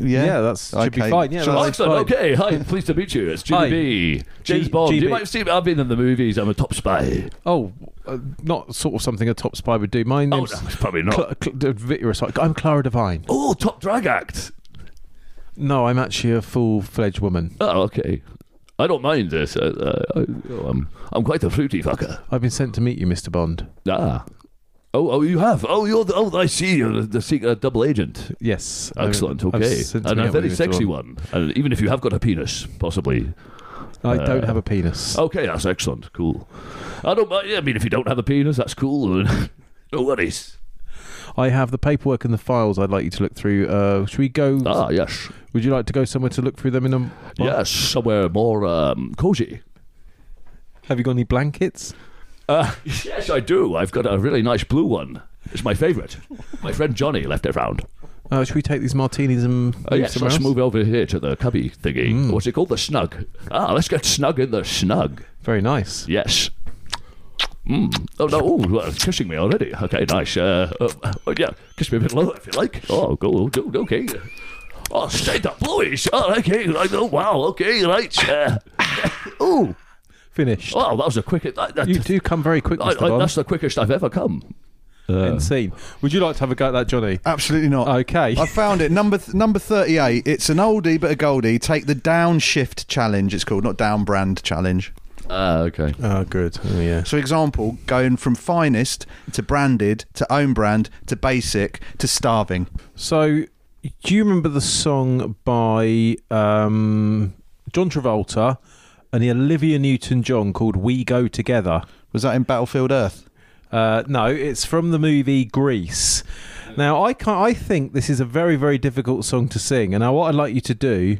yeah,
Yeah.
that's should be
Okay.
fine. Yeah,
Shall
that's
Alexa,
fine.
okay, hi, pleased to meet you. It's
Hi.
GB. James
G-
Bond.
GB.
You might have seen I've been in the movies. I'm a top spy.
Oh, uh, not sort of something a top spy would do. My
Oh, no,
name's
it's probably not.
Cla- Cla- D- Vigorous. I'm Clara Devine.
oh, top drag act.
No, I'm actually a full-fledged woman.
Oh, okay. I don't mind this. Uh, uh, I, oh, I'm, I'm quite a fruity fucker.
I've been sent to meet you, Mr. Bond.
Ah. Oh, oh, you have. Oh, you're. The, oh, I see. You're the, the secret uh, double agent.
Yes. I-
Excellent.
I've
okay,
sent to
and
meet
a
up
very
with you, Mr.
sexy
Bond.
one. And even if you have got a penis, possibly.
I
Uh,
don't have a penis.
Okay, that's excellent. Cool. I don't. mind- I mean, if you don't have a penis, that's cool. no worries.
I have the paperwork and the files. I'd like you to look through. Uh, should we go?
Ah, yes,
Would you like to go somewhere to look through them in a?
yes. Somewhere more um, cozy.
Have you got any blankets?
Uh, yes, I do. I've got a really nice blue one. It's my favourite. My friend Johnny left it round.
Uh, should we take these martinis and
Uh,
move
yes,
somewhere
let's
else? Hmm.
move over here to the cubby thingy. What's it called? The snug. Ah, let's get snug in the snug.
Very nice.
Yes. Mm. Oh no! Oh, well, it's kissing me already. Okay, nice. Uh, uh, oh, yeah, kiss me a bit lower if you like. Oh, go, go, okay. Oh, straight up, bluish. Oh, okay. Right, oh, wow. Okay, right. Uh, oh,
Finished.
wow. That was the quickest. That, that,
You do come very quick,
Oh. I,
Mr.
I,
Bond.
that's the quickest I've ever come. Uh,
Insane. Would you like to have a go at that, Johnny?
Absolutely not.
Okay.
I found it. Number th- number 38. It's an oldie but a goldie. Take the downshift challenge, it's called, not down brand challenge.
Ah, okay.
Oh, good. Oh, yeah.
So, example, going from finest to branded to own brand to basic to starving.
So, do you remember the song by um, John Travolta and the Olivia Newton-John called "We Go Together"?
Was that in Battlefield Earth?
Uh, no, it's from the movie Grease. Now, I can I think this is a very, very difficult song to sing. And now, what I'd like you to do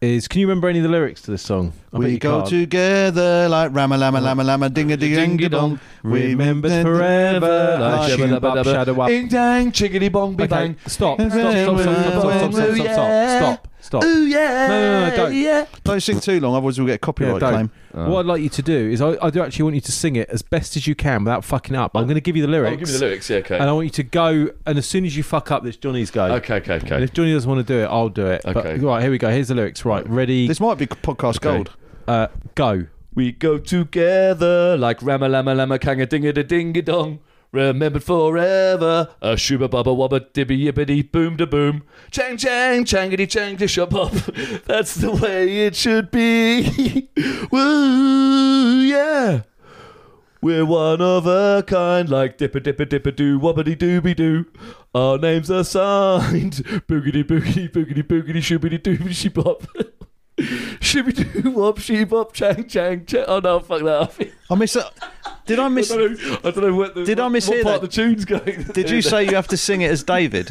is, can you remember any of the lyrics to this song? I bet
we
you
go
can't.
together like Rama Lama Lama Lama Ding a Ding a Dong.
Remembered forever, like Shubba Dubba Dubba, Shadow Up.
Ding dang, chickity bong, bing
Okay,
bang.
stop, stop, stop, stop, stop, stop, stop, stop, stop, stop, stop.
Ooh, yeah.
No, no, no, don't.
Yeah.
Don't sing too long, otherwise we'll get a
Yeah,
copyright claim.
don't. What I'd like you to do is, I, I do actually want you to sing it as best as you can without fucking up. I'm going to give you the lyrics.
Oh, give me the lyrics. Yeah, okay.
And I want you to go, and as soon as you fuck up, it's Johnny's go.
Okay, okay,
And
okay.
if Johnny doesn't want to do it, I'll do it.
Okay.
But, right, here we go. Here's the lyrics. Right, ready,
This might be podcast gold.
uh, go.
We go together like Rama Lama Lama Kanga Dinga Da Dinga Dong. Remembered forever. A shuba bubba wubba dibby yibbity boom da boom. Chang chang changity chang to shub up. That's the way it should be. Woo, yeah. We're one of a kind, like dipper dipper dipper doo wobbity dooby doo. Our names are signed. Boogity boogity boogity boogity shoobity doobity sheep up. Shibby doo wop sheep up chang chang chang. Oh no, fuck that up.
I miss it. Did I miss?
I don't know, I don't know what the,
Did I
what-
mishear
what part
that?
the tune's going.
Did you say you have to sing it as David?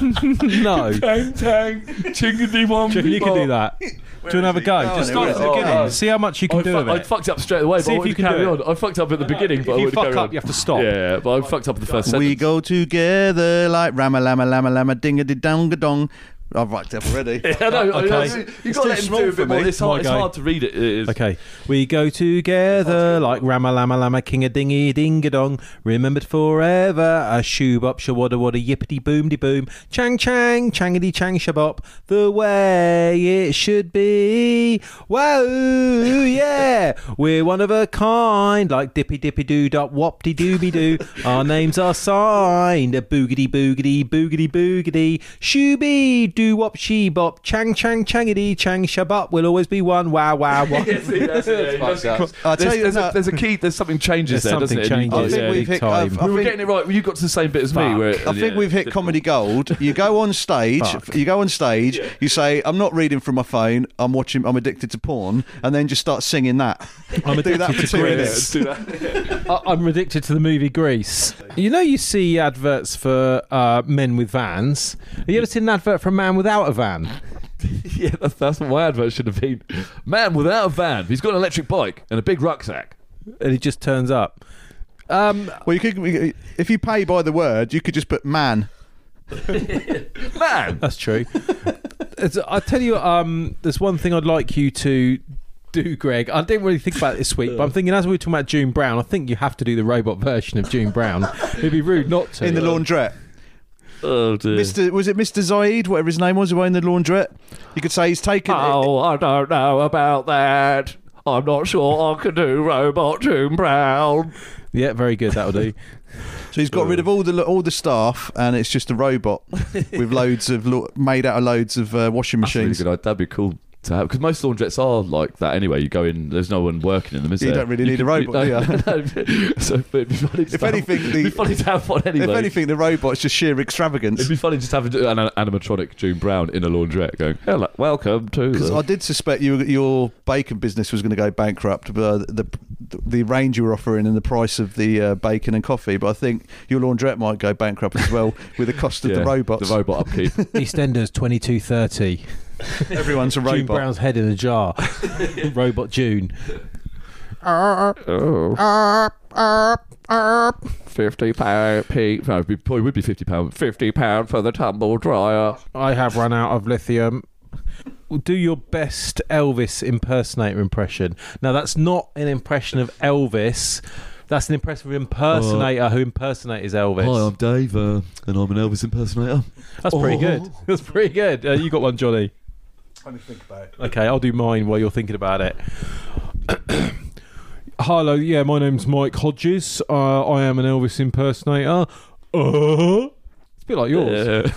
No.
Tang tang chingity wom?
Johnny, you can do that. Do you want to have a go? Just start at the
Oh,
beginning.
oh.
See how much you
I,
can do
fu-
of
I
it.
fucked up straight away.
See if
but I wanted
you
to
can
carry
do
on. I fucked up at the beginning, but
If
I
you
wanted to
fuck
carry
up,
on.
you have to stop.
Yeah, but I fucked up at the first
We
sentence.
go together like Rama Lama Lama Lama Ding a Dong a Dong. I've racked up already.
I know. I know,
Okay.
you got to let him do a bit more. It's
My
hard, it's
guy.
hard to read it. it is.
Okay. We go together like Rama Lama Lama King a Dingy Ding a Dong. Remembered forever. A shoob up shawada wada yippity boomdy boom. Chang chang changity chang shabop. The way it should be. Wow, yeah. We're one of a kind like dippy dippy doo dot wopty dooby doo. Our names are signed. Boogity boogity boogity boogity. Shooby do wop she bop chang chang changity chang shabop will always be one wow wow wow.
I'll
there's,
tell you
there's a,
that-
there's a key. There's something changes
There's
there,
something
doesn't it? And you-
I
changes
think
yeah.
we've
every
hit.
time.
I've-
we
I
were
think-
getting it right. You got to the same bit as me.
Fuck.
Where,
I think we've hit comedy gold. You go on stage.
Fuck.
You go on stage. You say, "I'm not reading from my phone. I'm watching. I'm addicted to porn," and then just start singing that.
I'm
Do that
addicted
for
to
two
Greece.
minutes.
I- I'm addicted to the movie Grease. You know, you see adverts for uh, men with vans. Have you ever seen an advert for a man without a van?
yeah, that's, that's what my advert should have been. Man without a van. He's got an electric bike and a big rucksack.
And he just turns up. Um,
Well, you could, if you pay by the word, you could just put "man."
Man,
that's true. It's- I tell you, um, there's one thing I'd like you to do, Greg. I didn't really think about it this week, but I'm thinking as we were talking about June Brown, I think you have to do the robot version of June Brown. It'd be rude not to.
in the laundrette.
oh dear.
Mr. Was it Mr. Zaid? Whatever his name was, who owned the laundrette. You could say he's taken.
Oh, I don't know about that. I'm not sure I can do Robot June Brown.
Yeah, very good. That'll do.
so he's got rid of all the all the staff, and it's just a robot with loads of lo- made out of loads of uh, washing
That's a really
machines.
good idea. That'd be cool to have because most laundrettes are like that anyway. You go in, there's no one working in them, is
You
there?
don't really need a
could-
robot,
no, no. so but it'd be funny. To
If
have,
anything, the-
it'd be funny to have one anyway.
If anything, the robot's just sheer extravagance.
It'd be funny just to have an an animatronic June Brown in a laundrette going, Hello, welcome to.
Because
the-"
I did suspect you, your bacon business was going to go bankrupt, but the, the the range you were offering and the price of the uh, bacon and coffee. But I think your laundrette might go bankrupt as well with the cost of
Yeah,
the robots.
The robot upkeep.
EastEnders 2230.
Everyone's a
June
robot.
Brown's head in a jar. Robot June.
oh. 50 pound. P- no, it'd be- probably would be 50 pound. 50 pound for the tumble dryer.
I have run out of lithium. Do your best Elvis impersonator impression. Now, that's not an impression of Elvis. That's an impression of an impersonator who impersonates Elvis.
Dave, uh, and I'm an Elvis impersonator. Oh.
that's pretty good. That's pretty good. Uh, you got one, Johnny. Let me think about it. Okay, I'll do mine while you're thinking about it. Hello, yeah, my name's Mike Hodges. Uh, I am an Elvis impersonator. Uh, it's a bit like yours.
Yeah.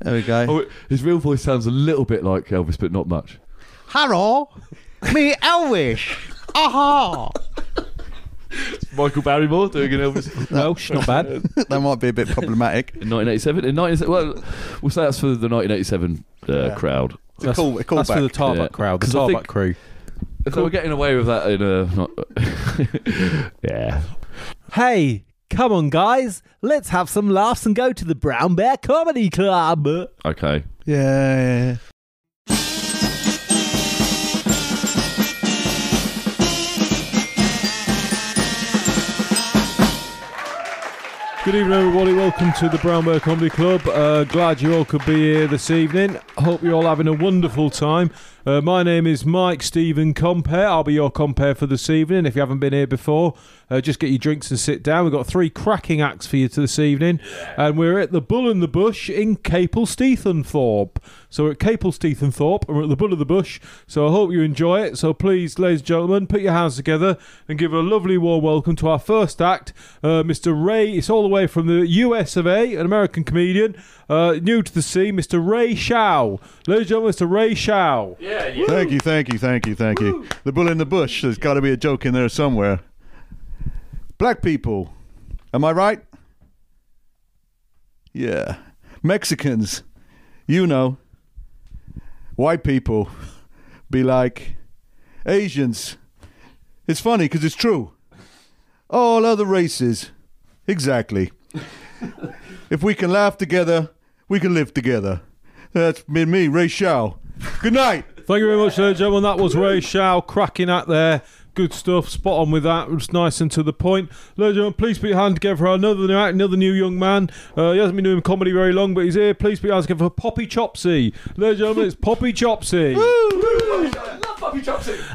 There we go.
Oh, his real voice sounds a little bit like Elvis, but not much.
Hello, me Elvis. Aha.
Michael Barrymore doing an Elvis in
Welsh, not bad.
that might be a bit problematic.
1987. In 1987, well, we'll say that's for the 1987 uh, crowd.
It's a call, a callback.
That's for the Tarbuck
Yeah.
crowd, the
'Cause I
Tarbuck
think-
crew.
So we're getting away with that in a not. yeah.
Hey, come on, guys. Let's have some laughs and go to the Brown Bear Comedy Club.
Okay.
yeah, yeah, yeah.
Good evening, everybody. Welcome to the Brown Bear Comedy Club. Uh, glad you all could be here this evening. Hope you're all having a wonderful time. Uh, my name is Mike Stephen Compare. I'll be your compare for this evening. If you haven't been here before, uh, just get your drinks and sit down. We've got three cracking acts for you to this evening, and we're at the Bull in the Bush in Capelsteathenthorpe. So we're at Capelsteathenthorpe, and we're at the Bull of the Bush. So I hope you enjoy it. So please, ladies and gentlemen, put your hands together and give a lovely warm welcome to our first act, uh, Mr. Ray. It's all the way from the US of A, an American comedian, uh, new to the scene, Mr. Ray Shaw. Ladies and gentlemen, Mr. Ray Shaw.
Thank you, thank you, thank you, thank you. The bull in the bush. There's got to be a joke in there somewhere. Black people. Am I right? Yeah. Mexicans. You know. White people. Be like Asians. It's funny because it's true. All other races. Exactly. if we can laugh together, we can live together. That's been me, Ray Shaw. Good night.
Thank you very much, ladies and gentlemen. That was Ray Shaw cracking at there. Good stuff, spot on with that. It was nice and to the point. Ladies and gentlemen, please put your hand together for another new act, another new young man. Uh, he hasn't been doing comedy very long, but he's here. Please put your hands together for Poppy Chopsy. Ladies and gentlemen, it's Poppy Chopsy.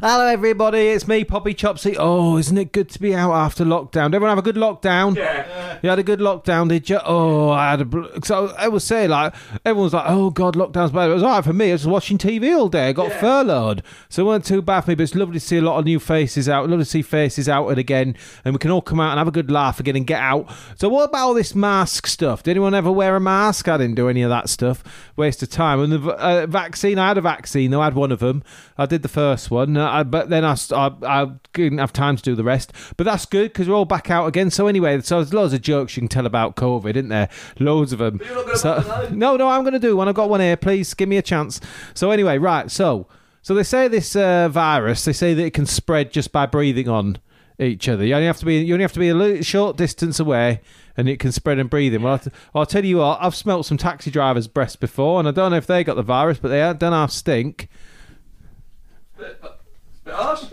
Hello, everybody. It's me, Poppy Chopsy. Oh, isn't it good to be out after lockdown? Did everyone have a good lockdown? Yeah. You had a good lockdown, did you? Oh, I had a. Bl- so I was saying, like, everyone's like, oh, God, lockdown's bad. It was all right for me. I was watching TV all day. I got furloughed. So it weren't too bad for me, but it's lovely to see a lot of new faces out. Lovely to see faces out and again. And we can all come out and have a good laugh again and get out. So what about all this mask stuff? Did anyone ever wear a mask? I didn't do any of that stuff. Waste of time. And the v- uh, vaccine, I had a vaccine, though. I had one of them. I did the first one. uh, I, but then I, s- I- I didn't have time to do the rest. But that's good because we're all back out again. So anyway, so there's loads of jokes you can tell about COVID, isn't there? Loads of them. So- no, no, I'm going to do one. I've got one here. Please give me a chance. So anyway, right. So, so they say this uh, virus. They say that it can spread just by breathing on each other. You only have to be you only have to be a li- short distance away, and it can spread and breathe in. Well, I t- I'll tell you what. I've smelt some taxi drivers' breaths before, and I don't know if they got the virus, but they don't half stink.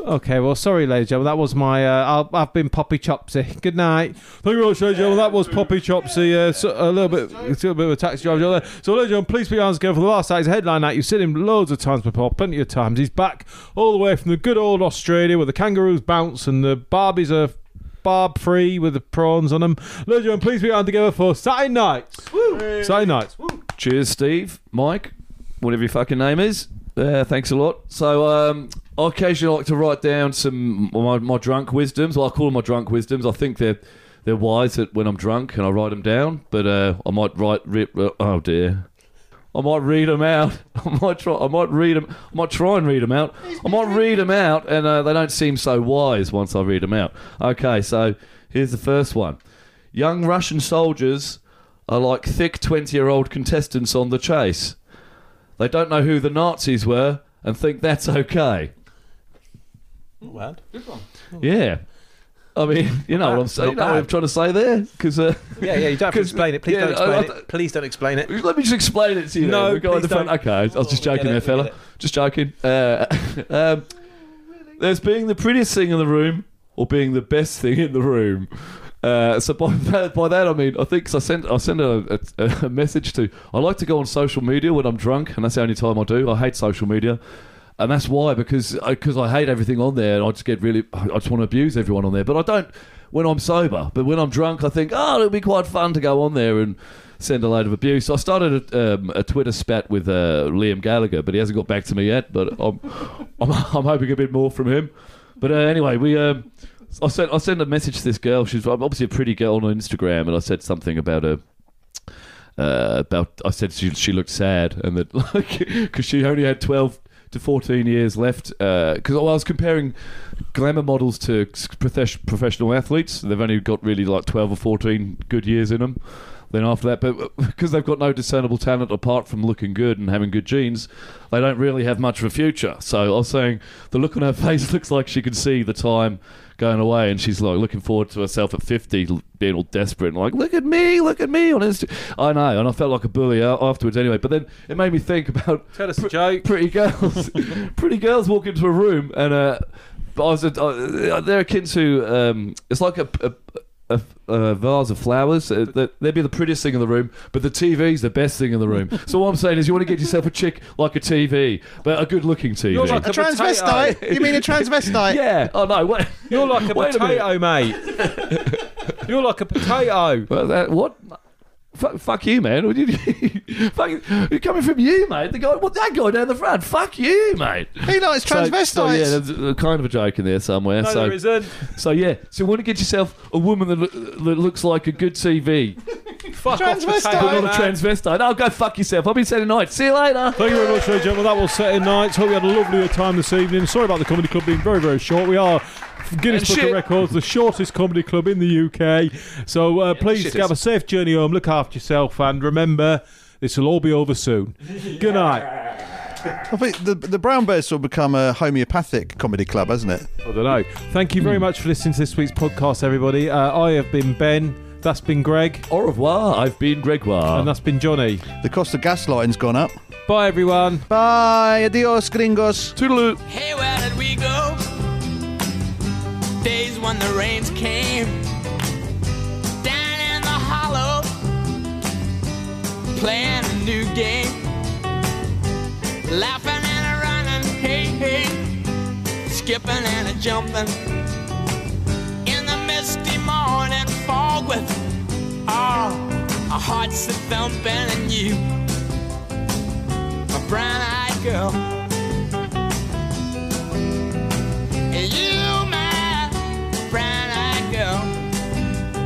Okay, well, sorry, ladies and gentlemen, that was my. Uh, I'll, I've been Poppy Chopsy. Good night. Thank you very much, ladies and gentlemen. That was Poppy Chopsy. Uh, so, a little bit, it's a little bit of a taxi driver job there. So, ladies and gentlemen, please put your hands together for the last night's headline night. You've seen him loads of times before, plenty of times. He's back all the way from the good old Australia where the kangaroos bounce and the Barbies are barb free with the prawns on them. Ladies and gentlemen, please put your hands together for Saturday nights. Woo! Saturday nights. Woo!
Cheers, Steve, Mike, whatever your fucking name is. Uh, thanks a lot. So, um, I occasionally like to write down some my, my drunk wisdoms. Well, I call them my drunk wisdoms. I think they're they're wise that when I'm drunk and I write them down. But uh, I might write. Re- re- oh dear. I might read them out. I might try. I might read them. I might try and read them out. I might read them out, and uh, they don't seem so wise once I read them out. Okay, so here's the first one. Young Russian soldiers are like thick 20 year old contestants on the chase. They don't know who the Nazis were and think that's okay. Yeah. I mean, you know what I'm saying.
Not
You know what I'm
bad.
trying to say there? Because uh,
Yeah, yeah, you don't have to
'Cause-
explain it. Please
yeah,
don't explain
I- I-
it. Please don't explain it.
Let me just explain it to you.
No,
then. The guy in the
please
front- Okay, I was- I was just
We get
joking
it,
there,
we
fella.
get
Just joking. Uh, um, There's being the prettiest thing in the room or being the best thing in the room. Uh, so by that, by that I mean I think 'cause I sent I sent a, a, a message to I like to go on social media when I'm drunk and that's the only time I do I hate social media and that's why because because I hate everything on there and I just get really I just want to abuse everyone on there but I don't when I'm sober but when I'm drunk I think oh it'll be quite fun to go on there and send a load of abuse I started a, um, a Twitter spat with uh, Liam Gallagher but he hasn't got back to me yet but I'm I'm, I'm hoping a bit more from him but uh, anyway we. Um, I sent I sent a message to this girl. She's obviously a pretty girl on Instagram, and I said something about her. Uh, about I said she she looked sad, and that like because she only had twelve to fourteen years left. Because I was comparing glamour models to s- profes- professional athletes. They've only got really like twelve or fourteen good years in them. Then after that, but because they've got no discernible talent apart from looking good and having good genes, they don't really have much of a future. So I was saying the look on her face looks like she can see the time going away, and she's like looking forward to herself at fifty, l- being all desperate and like, look at me, look at me on Insta. I know, and I felt like a bully a- afterwards anyway. But then it made me think about
Tell us a joke.
pretty girls, pretty girls walk into a room, and uh, but I was a, uh, they're akin to um, it's like a. a a, a vase of flowers. Uh, they- They'd be the prettiest thing in the room, but the TV's the best thing in the room. so what I'm saying is, you want to get yourself a chick like a TV, but a good-looking TV.
You're like
A transvestite? you mean a transvestite?
yeah. Oh no. Wait.
You're like a
Wait a minute.
potato, mate. You're like a potato.
Well, that, what? Fuck, fuck you, man. What you, fuck, you coming from you, mate. The guy, what that guy down the front? Fuck you, mate.
He likes transvestites.
So, so, yeah, there's a- kind of a joke in there somewhere.
No,
so,
there isn't.
so yeah, so you want to get yourself a woman that, loo- that looks like a good TV,
Fuck off
Transvestite.
potato,
but not a
man.
transvestite. Oh, go fuck yourself. I'll be saying night. See you later.
Thank you very much, ladies and gentlemen. That was Saturday Nights. Hope you had a lovely time this evening. Sorry about the comedy club being very, very short. We are Guinness
And
Book of
shit.
Records, the shortest comedy club in the UK. So uh, please have a safe journey home, look after yourself, and remember, this will all be over soon. Good night.
I think the, the Brown Bears will become a homeopathic comedy club, hasn't it?
I don't know. Thank you very much for listening to this week's podcast, everybody. Uh, I have been Ben. That's been Greg.
Au revoir. I've been Gregoire.
And that's been Johnny.
The cost of gaslighting's gone up.
Bye, everyone.
Bye, adios, gringos.
Toodaloo.
Hey, where did we go? Days when the rains came. Down in the hollow, playing a new game. Laughing and a running, hey, hey. Skipping and a jumping. In the misty morning fog with my heart's a thumping and you, my brown-eyed girl. And you, my brown-eyed girl.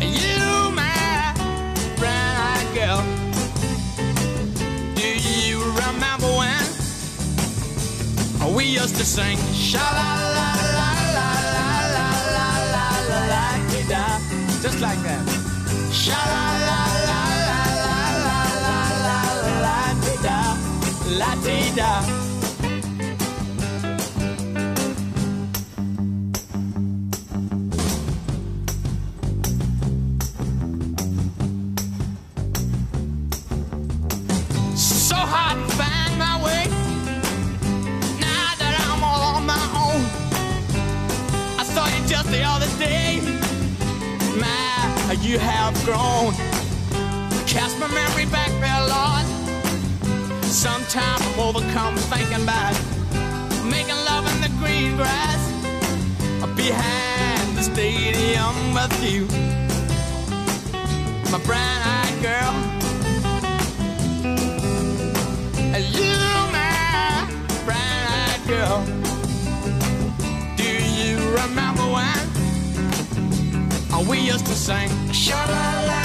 And You, my brown-eyed girl Do you remember when we used to sing sha la la la la la la la la la la da just like that. Sha la la la la la la la la la da la dee da. So hard to find my way. Now that I'm all on my own, I saw you just the other day. My, you have grown. Cast my memory back there, Lord. Sometimes I'm overcome thinking about making love in the green grass behind the stadium with you, my brown-eyed girl. And you, my brown-eyed girl, do you remember when we used to sing? Sha la la